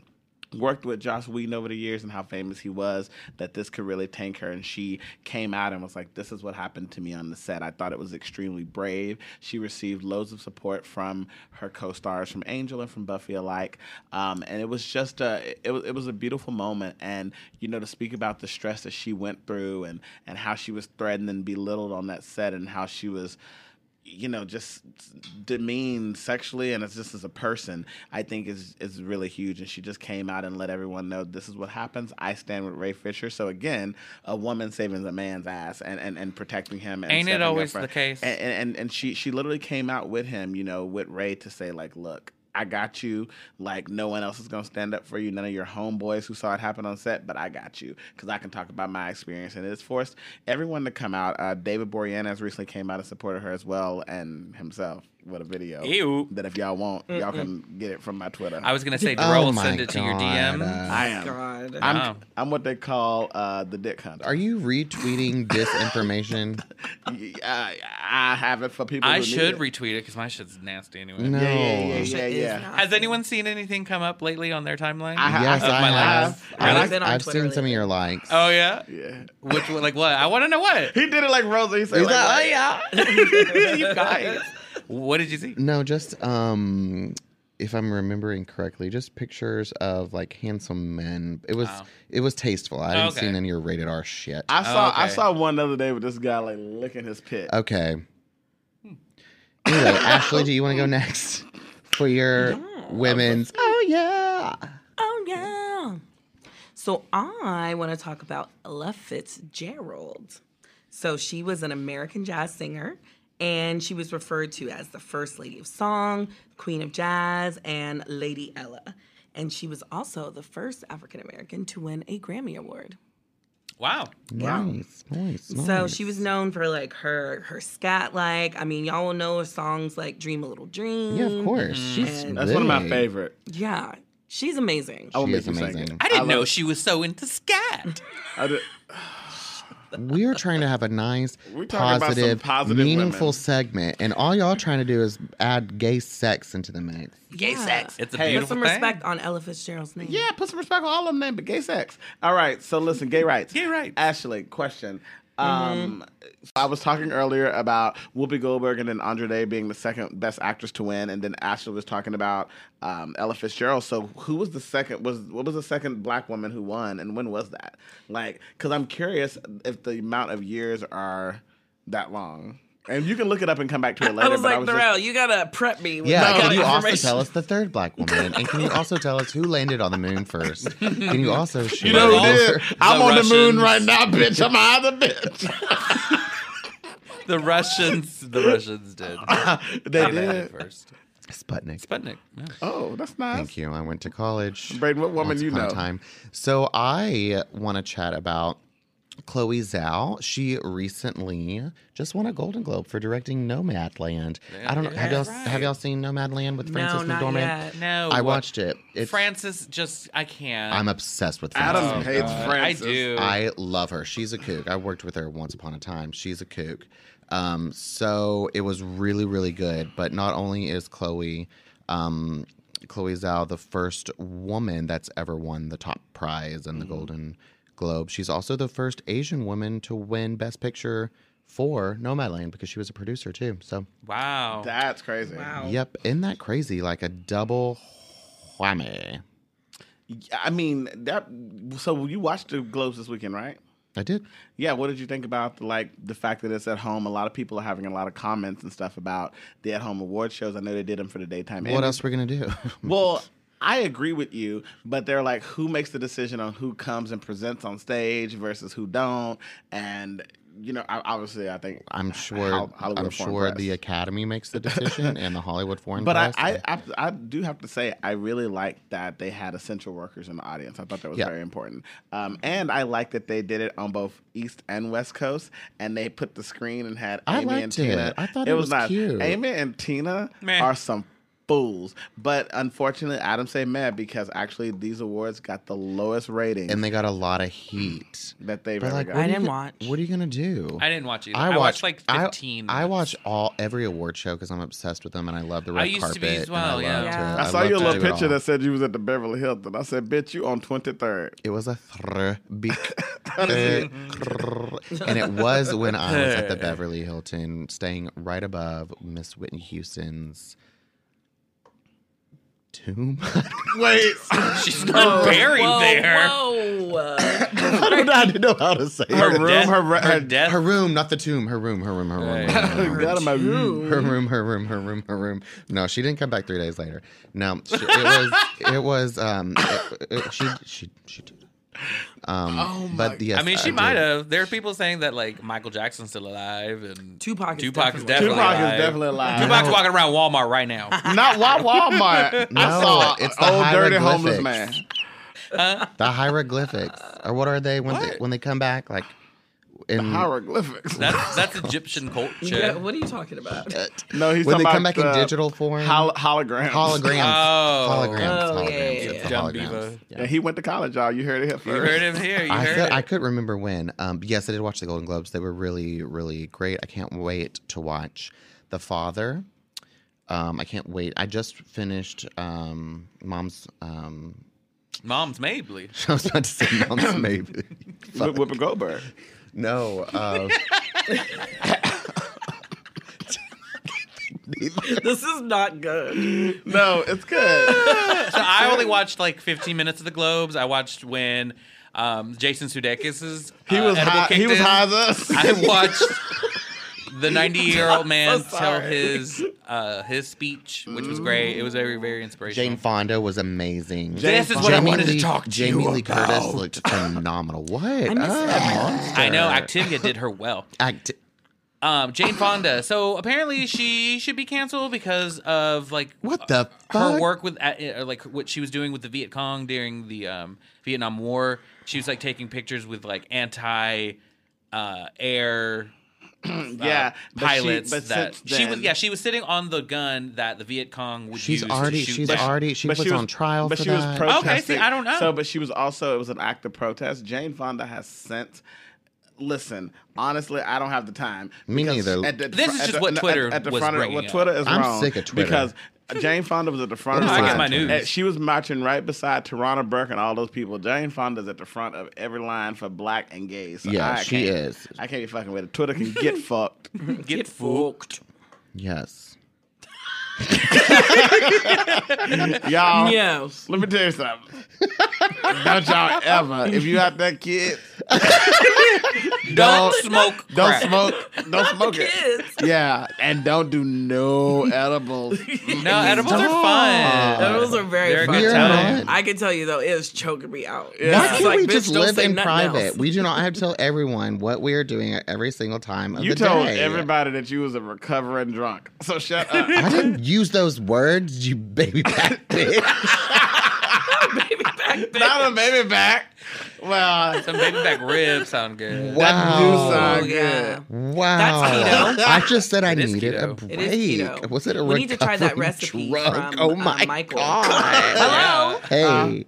worked with Joss Whedon over the years and how famous he was, that this could really tank her. And she came out and was like, This is what happened to me on the set. I thought it was extremely brave. She received loads of support from her co stars, from Angel and from Buffy alike. Um, and it was just a, it, was- it was a beautiful moment. And, you know, to speak about the stress that she went through and, and how she was threatened and belittled on that set and how she was you know, just demeaned sexually and as just as a person, I think is is really huge. And she just came out and let everyone know this is what happens. I stand with Ray Fisher. So again, a woman saving a man's ass and and, and protecting him. And
Ain't it
stepping up
always
for-
the case?
And and, and and she she literally came out with him, you know, with Ray to say like, look. I got you. Like no one else is gonna stand up for you. None of your homeboys who saw it happen on set, but I got you because I can talk about my experience. And it's forced everyone to come out. Uh, David Boreanaz recently came out and supported her as well, and himself with a video
Ew.
that if y'all want, y'all can get it from my Twitter.
I was gonna say,
Oh
Darrell will
my
send it to your
God,
DM.
uh,
I am.
Oh, God.
I'm,
Wow.
I'm what they call uh, the dick hunter.
are you retweeting disinformation?
Y- I, I have it for people.
I
who need
should
it.
retweet it because my shit's nasty anyway.
No.
Yeah, yeah, yeah, yeah,
Shit is
yeah.
nasty.
Has anyone seen anything come up lately on their timeline?
I ha-
Yes,
of
I
my
have.
life.
I've,
I've
I've,
been on
seen
Twitter
some of
lately.
your likes.
oh yeah.
Yeah.
Which one- like what? I want to know what.
He did it like Rosa. He said,
He's
like,
like,
"Wait."
you guys. What did you see?
No, just um, if I'm remembering correctly, just pictures of like handsome men. It was
Oh.
it was tasteful. I haven't
Okay.
seen any of your rated R shit.
I saw I
okay.
saw one the other day with this guy like licking his pit.
okay.
Hmm.
Anyway, Ashley, do you want to go next for your women's? Oh yeah.
Oh yeah. So I want to talk about Ella Fitzgerald. So she was an American jazz singer, and she was referred to as the First Lady of Song, Queen of Jazz, and Lady Ella. And she was also the first African American to win a Grammy Award.
Wow.
Nice, nice, nice.
So she was known for like her her scat like. I mean, y'all will know her songs like "Dream a Little Dream."
Yeah, of course. She's
Mm-hmm. That's one of my
big.
favorite.
Yeah, she's amazing.
I will
She
make
is
you sing it.
amazing.
I didn't know
love-
she was so into scat.
I did-
We are trying to have a nice,
We're talking about some
positive,
positive
meaningful
women.
segment, and all y'all trying to do is add gay sex into the mix.
Gay sex.
It's a
Hey,
Put
beautiful
some
thing.
respect on Ella Fitzgerald's name.
Yeah, put some respect on all of them names, but gay sex. All right, so listen, gay rights.
Gay rights.
Ashley, question. Um, I was talking earlier about Whoopi Goldberg and then Andra Day being the second best actress to win, and then Ashley was talking about um, Ella Fitzgerald. So who was the second? Was what was the second black woman who won, and when was that? Like, because I'm curious if the amount of years are that long, and you can look it up and come back to it later.
I was
but
like,
I was just-
Darrell, you gotta prep me. With
Yeah,
all
can
the
you also
information."
tell us the third black woman? And can you also tell us who landed on the moon first? Can you also share
You know who
The
did? I'm on the
Russians.
moon right now, bitch. I'm high the bitch.
The Russians, the Russians did.
They
They landed
did.
first.
Sputnik.
Sputnik. yeah.
Oh, that's nice.
Thank you. I went to college.
Braden, what woman
once
you
upon a
know?
Time. So I want to chat about Chloe Zhao. She recently just won a Golden Globe for directing Nomadland. I don't know. Have y'all have y'all seen Nomadland with
no,
Frances
not
McDormand?
yet.
No,
I
what-
watched it. It's,
Francis. Just I can't.
I'm obsessed with Frances.
Adam hates
Uh,
Francis.
I do.
I love her. She's a kook. I worked with her once upon a time. She's a kook. Um, so it was really, really good. But not only is Chloe, um, Chloe Zhao the first woman that's ever won the top prize in the Golden Globe, she's also the first Asian woman to win Best Picture for Nomadland because she was a producer too. So,
wow.
That's crazy.
Wow.
yep, isn't that crazy? Like a double whammy.
I mean, that. So you watched the Globes this weekend, right?
I did.
Yeah. What did you think about like the fact that it's at home? A lot of people are having a lot of comments and stuff about the at-home award shows. I know they did them for the daytime.
What
Emmys.
else we are gonna do?
Well, I agree with you, but they're like, who makes the decision on who comes and presents on stage versus who don't? And you know, I- obviously, I think
I'm sure.
Hol- Hollywood
I'm
Foreign
sure
Press.
the Academy makes the decision and the Hollywood Foreign
But I,
Press.
I, I, I do have to say, I really liked that they had essential workers in the audience. I thought that was
Yeah.
very important. Um, and I liked that they did it on both East and West Coast, and they put the screen and had
I
Amy and
liked it.
Tina.
I thought it was cute.
Amy and Tina
Meh.
are some fools. But unfortunately, Adam say mad because actually these awards got the lowest rating
and they got a lot of heat.
that they've
But
ever
like,
got.
what
I
are you
didn't
go-
watch.
What are you gonna do?
I didn't watch either.
I
I, watched like
I-
15.
I,
minutes.
watch all every award show because I'm obsessed with them and I love the red
I used to
carpet.
be as
and
well, yeah.
love to-
Yeah. I
I saw
love
your
to
little
do it
picture
all.
that said you was at the Beverly Hilton. I said, "Bitch, you on twenty third.
It was a thr- big thr- thr-
Mm-hmm.
and it was when I was at the Beverly Hilton, staying right above Miss Whitney Houston's tomb.
Wait,
She's not buried
Whoa,
there.
Oh, whoa.
I don't know, I didn't know how to say
her
it.
room,
Death-
her, re-
her
her
death.
Her room, not the tomb. Her room, her room, her room. Her room,
Right.
her room.
Got in my room.
Her room, her room, her room, her room. No, she didn't come back three days later. No, she, it was, it was, um, it, it- she, she, she did. Um, but yes,
Oh I mean, she
did.
might have. There are people saying that like Michael Jackson's still alive and
Tupac is
Tupac is
definitely
definitely
Tupac
alive.
is definitely alive.
Tupac's walking around Walmart right now.
Not why Walmart.
No,
I saw
it's
it's
the
old dirty homeless man.
hieroglyphics. The hieroglyphics, or what are they when they
What?
when they come back? Like in
Hieroglyphics.
That's that's Egyptian culture.
Yeah, what are you talking about?
Uh,
no, he's
when they
talking
come
about
back in
the
digital form,
hol- holograms.
holograms,
Oh.
holograms,
Oh,
holograms.
yeah, yeah,
It's the
yeah. Dumb
holograms.
diva.
Yeah.
And he went to college, y'all. You heard it here first.
you heard him here. You
I,
heard
feel,
it.
I couldn't remember when. Um, but yes, I did watch the Golden Globes. They were really, really great. I can't wait to watch The Father. Um, I can't wait. I just finished um, Mom's. Um,
Mom's Mabley.
I was about to say Mom's maybe.
Wh- Whoopi Goldberg.
No. Uh,
this is not good.
No, it's good.
So I only watched like 15 minutes of the Globes. I watched when um, Jason Sudeikis is
He was high. He was high as us.
I watched the 90 year old man
so
tell
sorry.
his uh, his speech, which was great. It was very very inspirational.
Jane Fonda was amazing.
this is what I
Jamie
wanted
Lee-
to talk to
Jamie
you
Lee
about.
Curtis looked phenomenal. What? I,
miss every
I know Activia did her well.
Act-
Um, Jane Fonda. So apparently she should be canceled because of like
what the fuck?
her work with at, uh, like what she was doing with the Viet Cong during the um, Vietnam War. She was like taking pictures with like anti uh, air uh,
yeah, but she-
pilots
but
that
since
she was
then-
yeah she was sitting on the gun that the Viet Cong would
She's
use
already.
to shoot
She's
down.
already. She
But
was on trial
But
for
she was
that.
protesting.
Okay, see, I don't know.
So, but she was also it was an act of protest. Jane Fonda has since. Listen, honestly, I don't have the time.
Me
because
neither.
at the
This
fr-
is
at
just
the-
what
no,
Twitter was
front of,
bringing
what
up.
Twitter is
I'm
wrong.
sick of Twitter.
because Jane Fonda was at the front of the
I get
line.
my
news.
And She was marching right beside Tarana Burke and all those people. Jane Fonda's at the front of every line for black and gays. So
Yeah,
I
she
can't-
is.
I can't be fucking with it. Twitter can get fucked.
get fooled.
Yes.
Y'all,
Yes.
Let me tell you something. don't y'all ever, if you out there, kids,
Don't smoke.
don't
crack.
smoke, don't smoke it.
Kids.
Yeah, and don't do no edibles.
No, edibles are fun.
Those are very
They're
fun.
good
You're not.
time.
I can tell you though, it is choking me out.
Why
Yeah.
can't
It's like,
we
bitch,
just
don't
live
say
in
nothing
private?
else.
We do not have to tell everyone what we are doing at every single time of
You
the
told
day.
everybody that you was a recovering drunk, so shut up.
I didn't use those words, you baby back bitch.
Baby back then.
Not a baby back. Well,
Some baby back ribs sound good.
that do
Wow.
sound
Oh,
good.
yeah.
Wow.
That's keto.
I just said I
It is
needed a
keto.
break.
It is keto.
Was it a
We need to try that recipe
recovering drug?
from,
oh
uh,
my
Michael.
god.
Hello.
hey,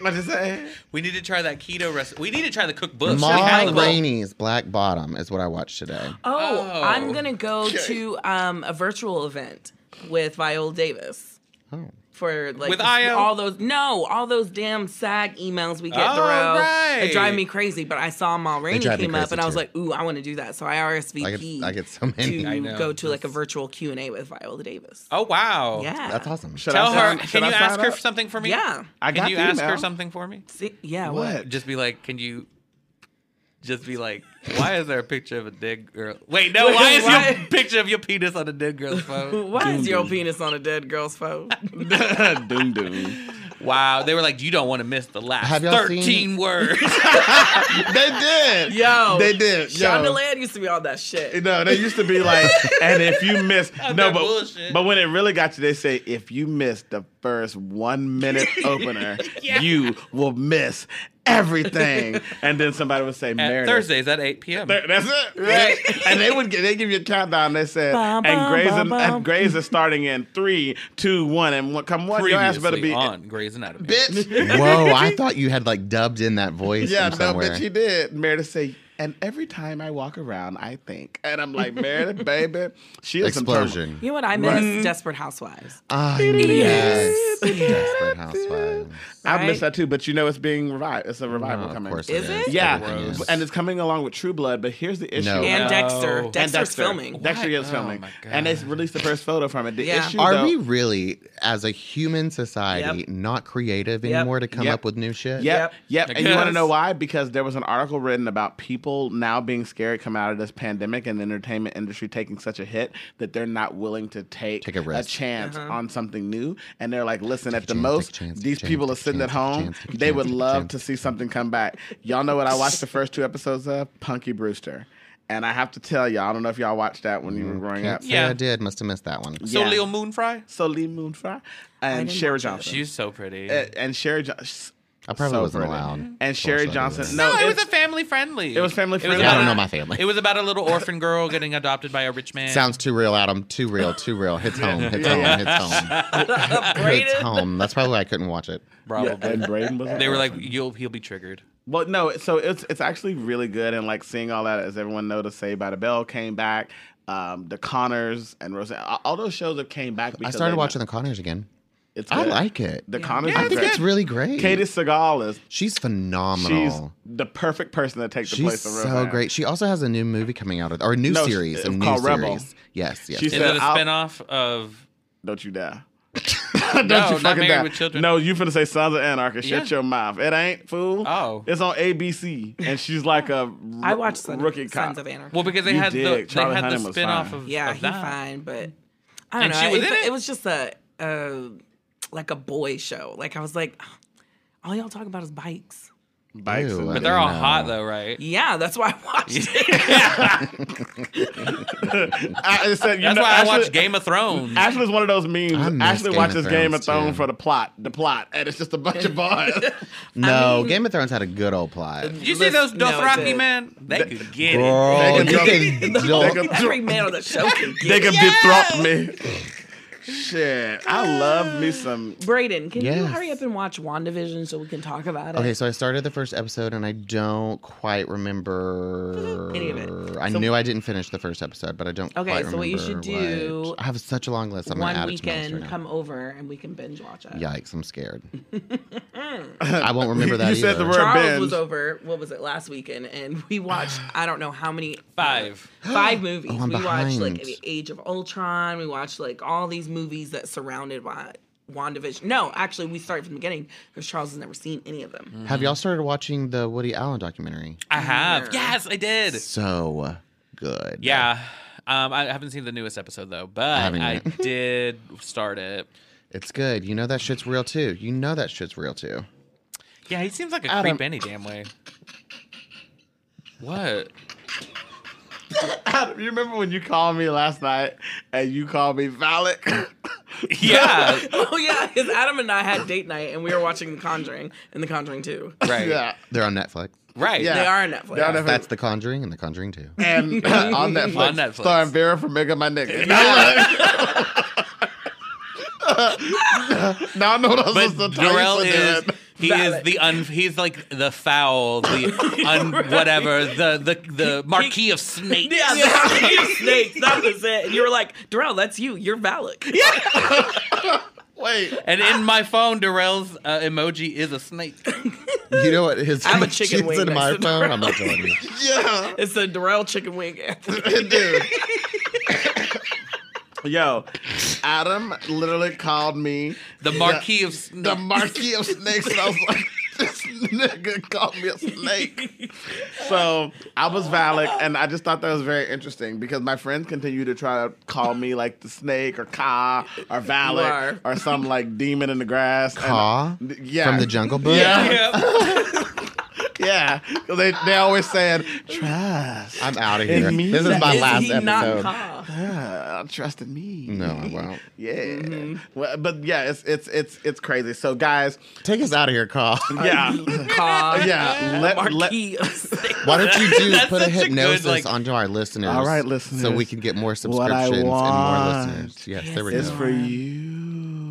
What you say?
We need to try that keto recipe. We need to try the cookbook. we
Ma
have the book.
Rainey's Black Bottom is what I watched today.
Oh,
Oh.
I'm gonna go to um, a virtual event with Viola Davis
Oh.
for like
With
the-
Io?
all those no, all those damn SAG emails we get
Oh,
through.
right.
It drive me crazy. But I saw Ma Rainey
drive me
came up,
crazy
and I was
too.
like, ooh, I want to do that. So I
I
RSVP
get, I get so many.
I
to
know.
go to like a virtual Q and A with Viola Davis.
Oh wow.
yeah,
That's awesome.
Should
Tell
I
her.
sign- should
Can
I
you
sign
ask her
up?
something for me?
Yeah.
I got
Can you
the
ask her
email.
something for me?
See, yeah, what?
What?
Just be like, can you? Just be like, why is there a picture of a dead girl? Wait, no. Why is
Why?
your picture of your penis on a dead girl's phone?
Why is your penis on a dead girl's phone?
doom doom.
Wow. They were like, you don't want to miss the last
Have y'all seen-
thirteen words.
They did.
Yo,
They did. Yo.
Shonda Land used to be on that shit.
No, they used to be like, and if you miss, no,
that
but
bullshit.
but when it really got you, they say if you miss the first one minute opener, you will miss everything. And then somebody would say,
At
Meredith.
Thursdays at eight p.m.
Th- That's it, right? and they would gi- they give you a countdown. They said,
Bum,
and
bum,
Gray's
bum, bum."
and Gray's is starting in three, two, one, and what come what your ass better
Previously
be
on Grey's Anatomy.
bitch.
Whoa, I thought you had like dubbed in that voice.
Yeah,
from
no,
somewhere.
but she did. Meredith say, and every time I walk around, I think, and I'm like, Meredith, baby, she is in turmoil."
Explosion.
You know what I miss? Desperate Housewives.
Ah, yes. Desperate Housewives.
I missed
Right?
that too, but you know it's being revived. It's a
Oh,
revival
of
coming.
course
Is it?
Yeah,
Everything is.
and it's coming along with True Blood. But here's the issue.
Oh,
Uh,
No.
And
No.
Dexter.
And
Dexter's filming.
Dexter
Why?
is
Oh,
filming,
my God.
and they released the first photo from it. The
Yeah.
issue,
Are
though,
we really, as a human society,
Yep.
not creative
Yep.
anymore to come
Yep.
up with new shit?
Yep, yep. And you want
Yes.
to know why? Because there was an article written about people now being scared coming out of this pandemic and the entertainment industry taking such a hit that they're not willing to take,
Take a risk.
chance
Uh-huh.
on something new. And they're like, listen, at the
chance,
most,
take a chance,
these
take a
people
chance,
are sitting at home.
take a chance, take a
they
chance,
would
take a
love
chance.
to see something come back. Y'all know what I watched the first two episodes of? Punky Brewster. And I have to tell y'all, I don't know if y'all watched that when you were growing up.
Can't say
Yeah.
I did. Must have missed that one.
So
Yeah.
Lil Moonfry,
So Lee Moonfry and
didn't
Sherry
watch it.
Johnson.
she's so pretty.
And- and Sherry Johnson.
I probably
So
wasn't
pretty.
Mm-hmm.
allowed.
And Sherry
Unfortunately.
Johnson.
no,
No,
it was
it's-
a family friendly.
It was family friendly.
I don't
about-
know my family.
It was about a little orphan girl getting adopted by a rich man.
Sounds too real, Adam. Too real. Too real. Hits home. Hits home. Hits home.
Upgraded.
Hits home. That's probably why I couldn't watch it.
probably.
Yeah, and Braden was
they
an
were like,
orphan.
"You'll he'll be triggered."
well, no. So it's it's actually really good, and like seeing all that, as everyone noticed, Saved by the Bell came back, um, the Connors and Roseanne, all- all those shows have came back.
I
Because
started
they-
watching The Conners again.
It's
I
good.
like it.
the Connors.
Yeah,
is
I think
great.
it's really great.
Katie Seagal is
She's
she's
phenomenal.
the perfect person to take the
She's
place of Roseanne.
so great. She also has a new movie coming out, or a new
No,
series.
it's
A new
called
series.
Rebel.
Yes, yes.
She's-
Is
So
it a
I'll-
spinoff of?
Don't you dare. Don't
No,
you
not
fucking
Married
die.
with Children.
No, you finna say Sons of Anarchy. Shut
Yeah.
your mouth. It ain't fool.
Oh.
it's on ABC, and she's like a r-
I watched Sons,
rookie cop.
Sons of Anarchy.
Well, because they
You
had
dig.
the
Charlie
they had
Hunnam
the
was
spin off
fine.
of
yeah,
of
he
that.
fine, but I don't
And
know.
she was
it,
in it?
it was just a, a like a boy show. Like I was like, all y'all talk about is bikes.
Bikes
Ew,
and-
I
But
didn't
they're
know.
all hot though, right?
Yeah, that's why I watched it.
I just said, you
That's
know,
why
Ashley,
I watch Game of Thrones.
Ashley is one of those memes.
I miss
Ashley
Game of
watches Game of
Thrones,
Thrones
too.
for the plot, the plot, and it's just a bunch of bars.
No, Game of Thrones had a good old plot.
you see those
No, it
Dothraki
did.
man? They could get it.
Girl,
They
you
can
can,
they can-
Every man on the show can
they can
get it.
dethrone me. Shit, I love me some.
Brayden, can you
Yes.
hurry up and watch WandaVision so we can talk about it?
Okay, so I started the first episode and I don't quite remember
Any of it.
I knew I didn't finish the first episode, but I don't.
Okay,
quite
so what you should
remember
do-
what- I have such a long list. I'm gonna
One
add it to my list
weekend,
right now.
come over and we can binge watch it.
Yikes! I'm scared. I won't remember that
You said the
either.
word-
Charles
binge.
was over. What was it last weekend? And we watched I don't know how many
Five.
five movies.
Oh, I'm
we watched like
behind.
the Age of Ultron. We watched like all these movies that surrounded Wa- WandaVision. No, actually, we started from the beginning because Charles has never seen any of them.
Have y'all started watching the Woody Allen documentary?
I have. Yes, I did.
So good.
Yeah. Um, I haven't seen the newest episode though, but
haven't
I,
yet.
did start it.
it's good. You know that shit's real too. You know that shit's real too.
Yeah, he seems like a
Adam.
creep any damn way. What?
Adam, you remember when you called me last night and you called me Valak?
Yeah.
Oh yeah, because Adam and I had date night and we were watching The Conjuring and The Conjuring Two.
right.
yeah.
They're on Netflix.
Right.
Yeah.
They are on Netflix.
They are on Netflix.
That's The Conjuring and The Conjuring Two.
and on Netflix,
On Netflix.
starring Vera Farmiga, my nigga. now I know what I was
But
supposed to tell you
Jarrell
for
is
that.
he is
Valid.
the un he's like the foul, the un whatever, the the the Marquis of Snakes.
Yeah, the snakes. That was it. And you were like, Darrell, that's you. You're Valak. Yeah.
Wait,
And in my phone, Darrell's uh, emoji is a snake.
You know what? His
I have a chicken
she's
wing
in
next
my
to the
phone. I'm
ground.
not telling you.
yeah,
It's the Darrell chicken wing. Anthony.
dude. Yo, Adam literally called me
The Marquis of Snakes.
the Marquis of Snakes, and I was like, this nigga called me a snake. So I was Valak, and I just thought that was very interesting because my friends continue to try to call me like the snake or Ka or Valak
are.
or some like demon in the grass. and-
Paw
yeah.
from the Jungle Book.
Yeah.
yeah.
Yeah. They, they always saying, trust.
I'm out of
It
here.
means
This is
that-
my
Is
last
he
episode.
not Ka?
Yeah, trust in me.
no, I won't.
Yeah.
Mm-hmm.
Well, but yeah, it's it's it's it's crazy. So guys,
Take us out of here, Carl.
yeah.
Ka.
Yeah, let, let,
Marquis of snakes.
Why don't you do
That's
put a
such a good,
hypnosis
like-
onto our listeners?
All right,
So we
listeners.
can get more
What I
subscriptions and more
want
listeners. Yes, there we
is
go.
for you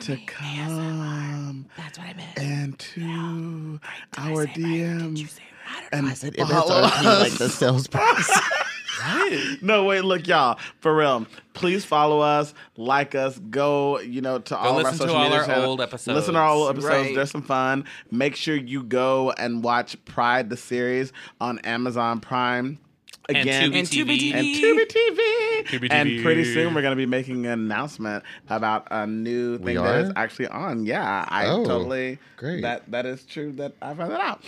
to come
That's what I meant.
and to our DMs. And I
It is already like the sales price.
no, wait, look, y'all, for real. Please follow us, like us, go, you know, to all of our
listen to
social
all
media
our
channels.
old episodes.
Listen to our old episodes.
Right.
There's some fun. Make sure you go and watch Pride the series on Amazon Prime.
And
Again,
Tubi
And
TV.
Tubi TV.
and Tubi TV.
Tubi
And
TV.
pretty soon we're going to be making an announcement about a new
We
thing that is
are?
actually on. Yeah, I
Oh,
totally
great.
That that is true. That I found that out.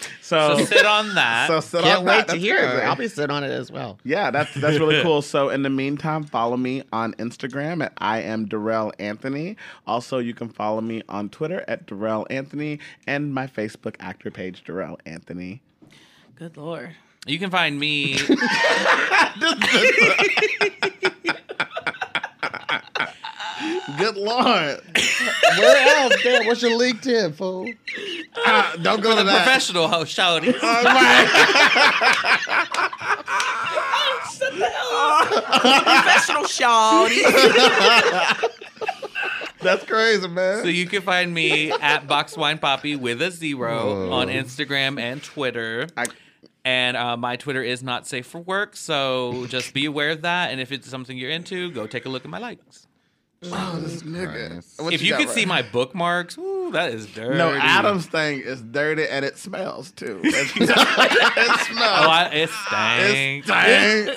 So
So
sit on that.
so sit
Can't
on
wait
that.
to
That's
hear it.
crazy.
I'll be sitting on it as well.
Yeah, that's that's really cool. So in the meantime, follow me on Instagram at I am Darrell Anthony. Also, you can follow me on Twitter at Darrell Anthony and my Facebook actor page Darrell Anthony.
Good lord.
you can find me.
Good lord!
Where else, Dan? What's your LinkedIn, fool?
Ah, don't go to
the
that.
professional host, shouty.
All right.
Professional shawty.
that's crazy, man.
So you can find me at Box Wine Poppy with a zero
Whoa.
on Instagram and Twitter.
I-
and uh, my Twitter is not safe for work, so just be aware of that. And if it's something you're into, go take a look at my likes.
oh, this nigga.
Christ.
What
if you
got,
could
Ro-
see my bookmarks, woo. Ooh, that is dirty.
No, Adam's thing is dirty and it smells too. it
Oh,
smells.
I, it
It stinks.
stinks.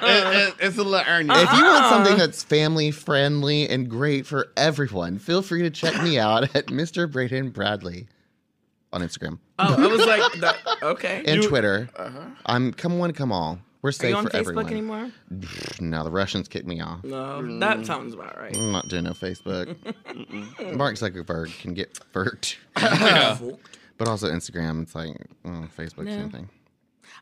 It- it- it's a little erny.
If you want something
Ah.
that's family friendly and great for everyone, feel free to check me out at Mr. Braden Bradley on Instagram
Oh, I was like, that- okay.
and Twitter. I'm come one, come all. We're
Are
safe
you on
for
Facebook
everyone.
anymore?
Now the Russians kicked me off.
No,
Mm.
that sounds about right.
I'm not doing no Facebook. Mark Zuckerberg can get furked. But also Instagram, it's like mm, Facebook, same thing.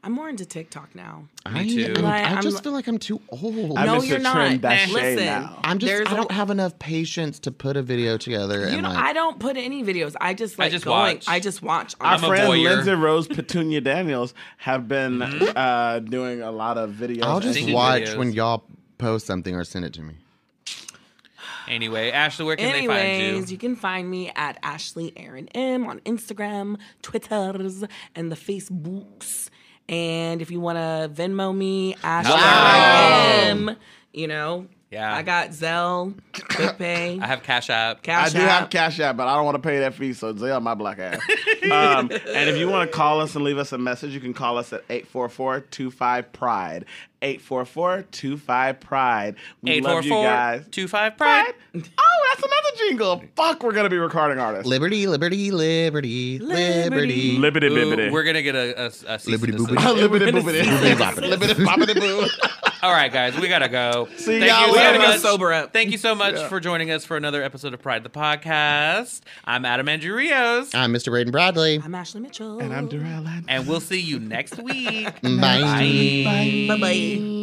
I'm more into TikTok now.
I,
too.
I'm-
Like,
I
I'm
just
li-
feel like I'm too old.
I'm
no,
just a
you're
trend
not.
bashe
Listen,
now.
I'm just
there's
I
a-
don't have enough patience to put a video together
You
and
know,
like
I don't put any videos. I just like
just
going.
watch.
I just watch.
Our
I'm a
friend
voyeur. Mm-hmm.
Lindsay Rose Petunia Daniels have been uh, doing a lot of videos.
I'll just
Singing
watch
videos.
when y'all post something or send it to me.
Anyway, Ashley, where can they
Anyways,
find
you?
you?
can find me at Ashley Aaron M on Instagram, Twitters, and the Facebooks. And if you want to Venmo me, Ashley Aaron M, you know,
Yeah.
I got Zelle, QuickPay,
I have Cash App.
I
Cash
do have
App.
Cash App, but I don't want to pay that fee, so Zell my black ass. um, and if you want to call us and leave us a message, you can call us at 844-25-PRIDE. 844-25-PRIDE. E. We love you guys.
844-25 Pride.
Oh, that's another jingle. Fuck, we're going to be recording artists.
Liberty, liberty, liberty, liberty.
Liberty
Ooh, we're gonna get a, a, a cease and
Liberty
desist.
boobity.
Liberty boopity. Liberty boppity boo.
All right, guys, we gotta go.
See
Thank
y'all
you
We
so
gotta go
much.
sober up.
Thank you so much for joining us for another episode of Pride the Podcast. I'm Adam Andrew Rios,
I'm Mr. Braden Bradley.
I'm Ashley Mitchell.
And I'm Darrell. Adams.
and we'll see you next week.
Bye.
Bye.
Bye bye.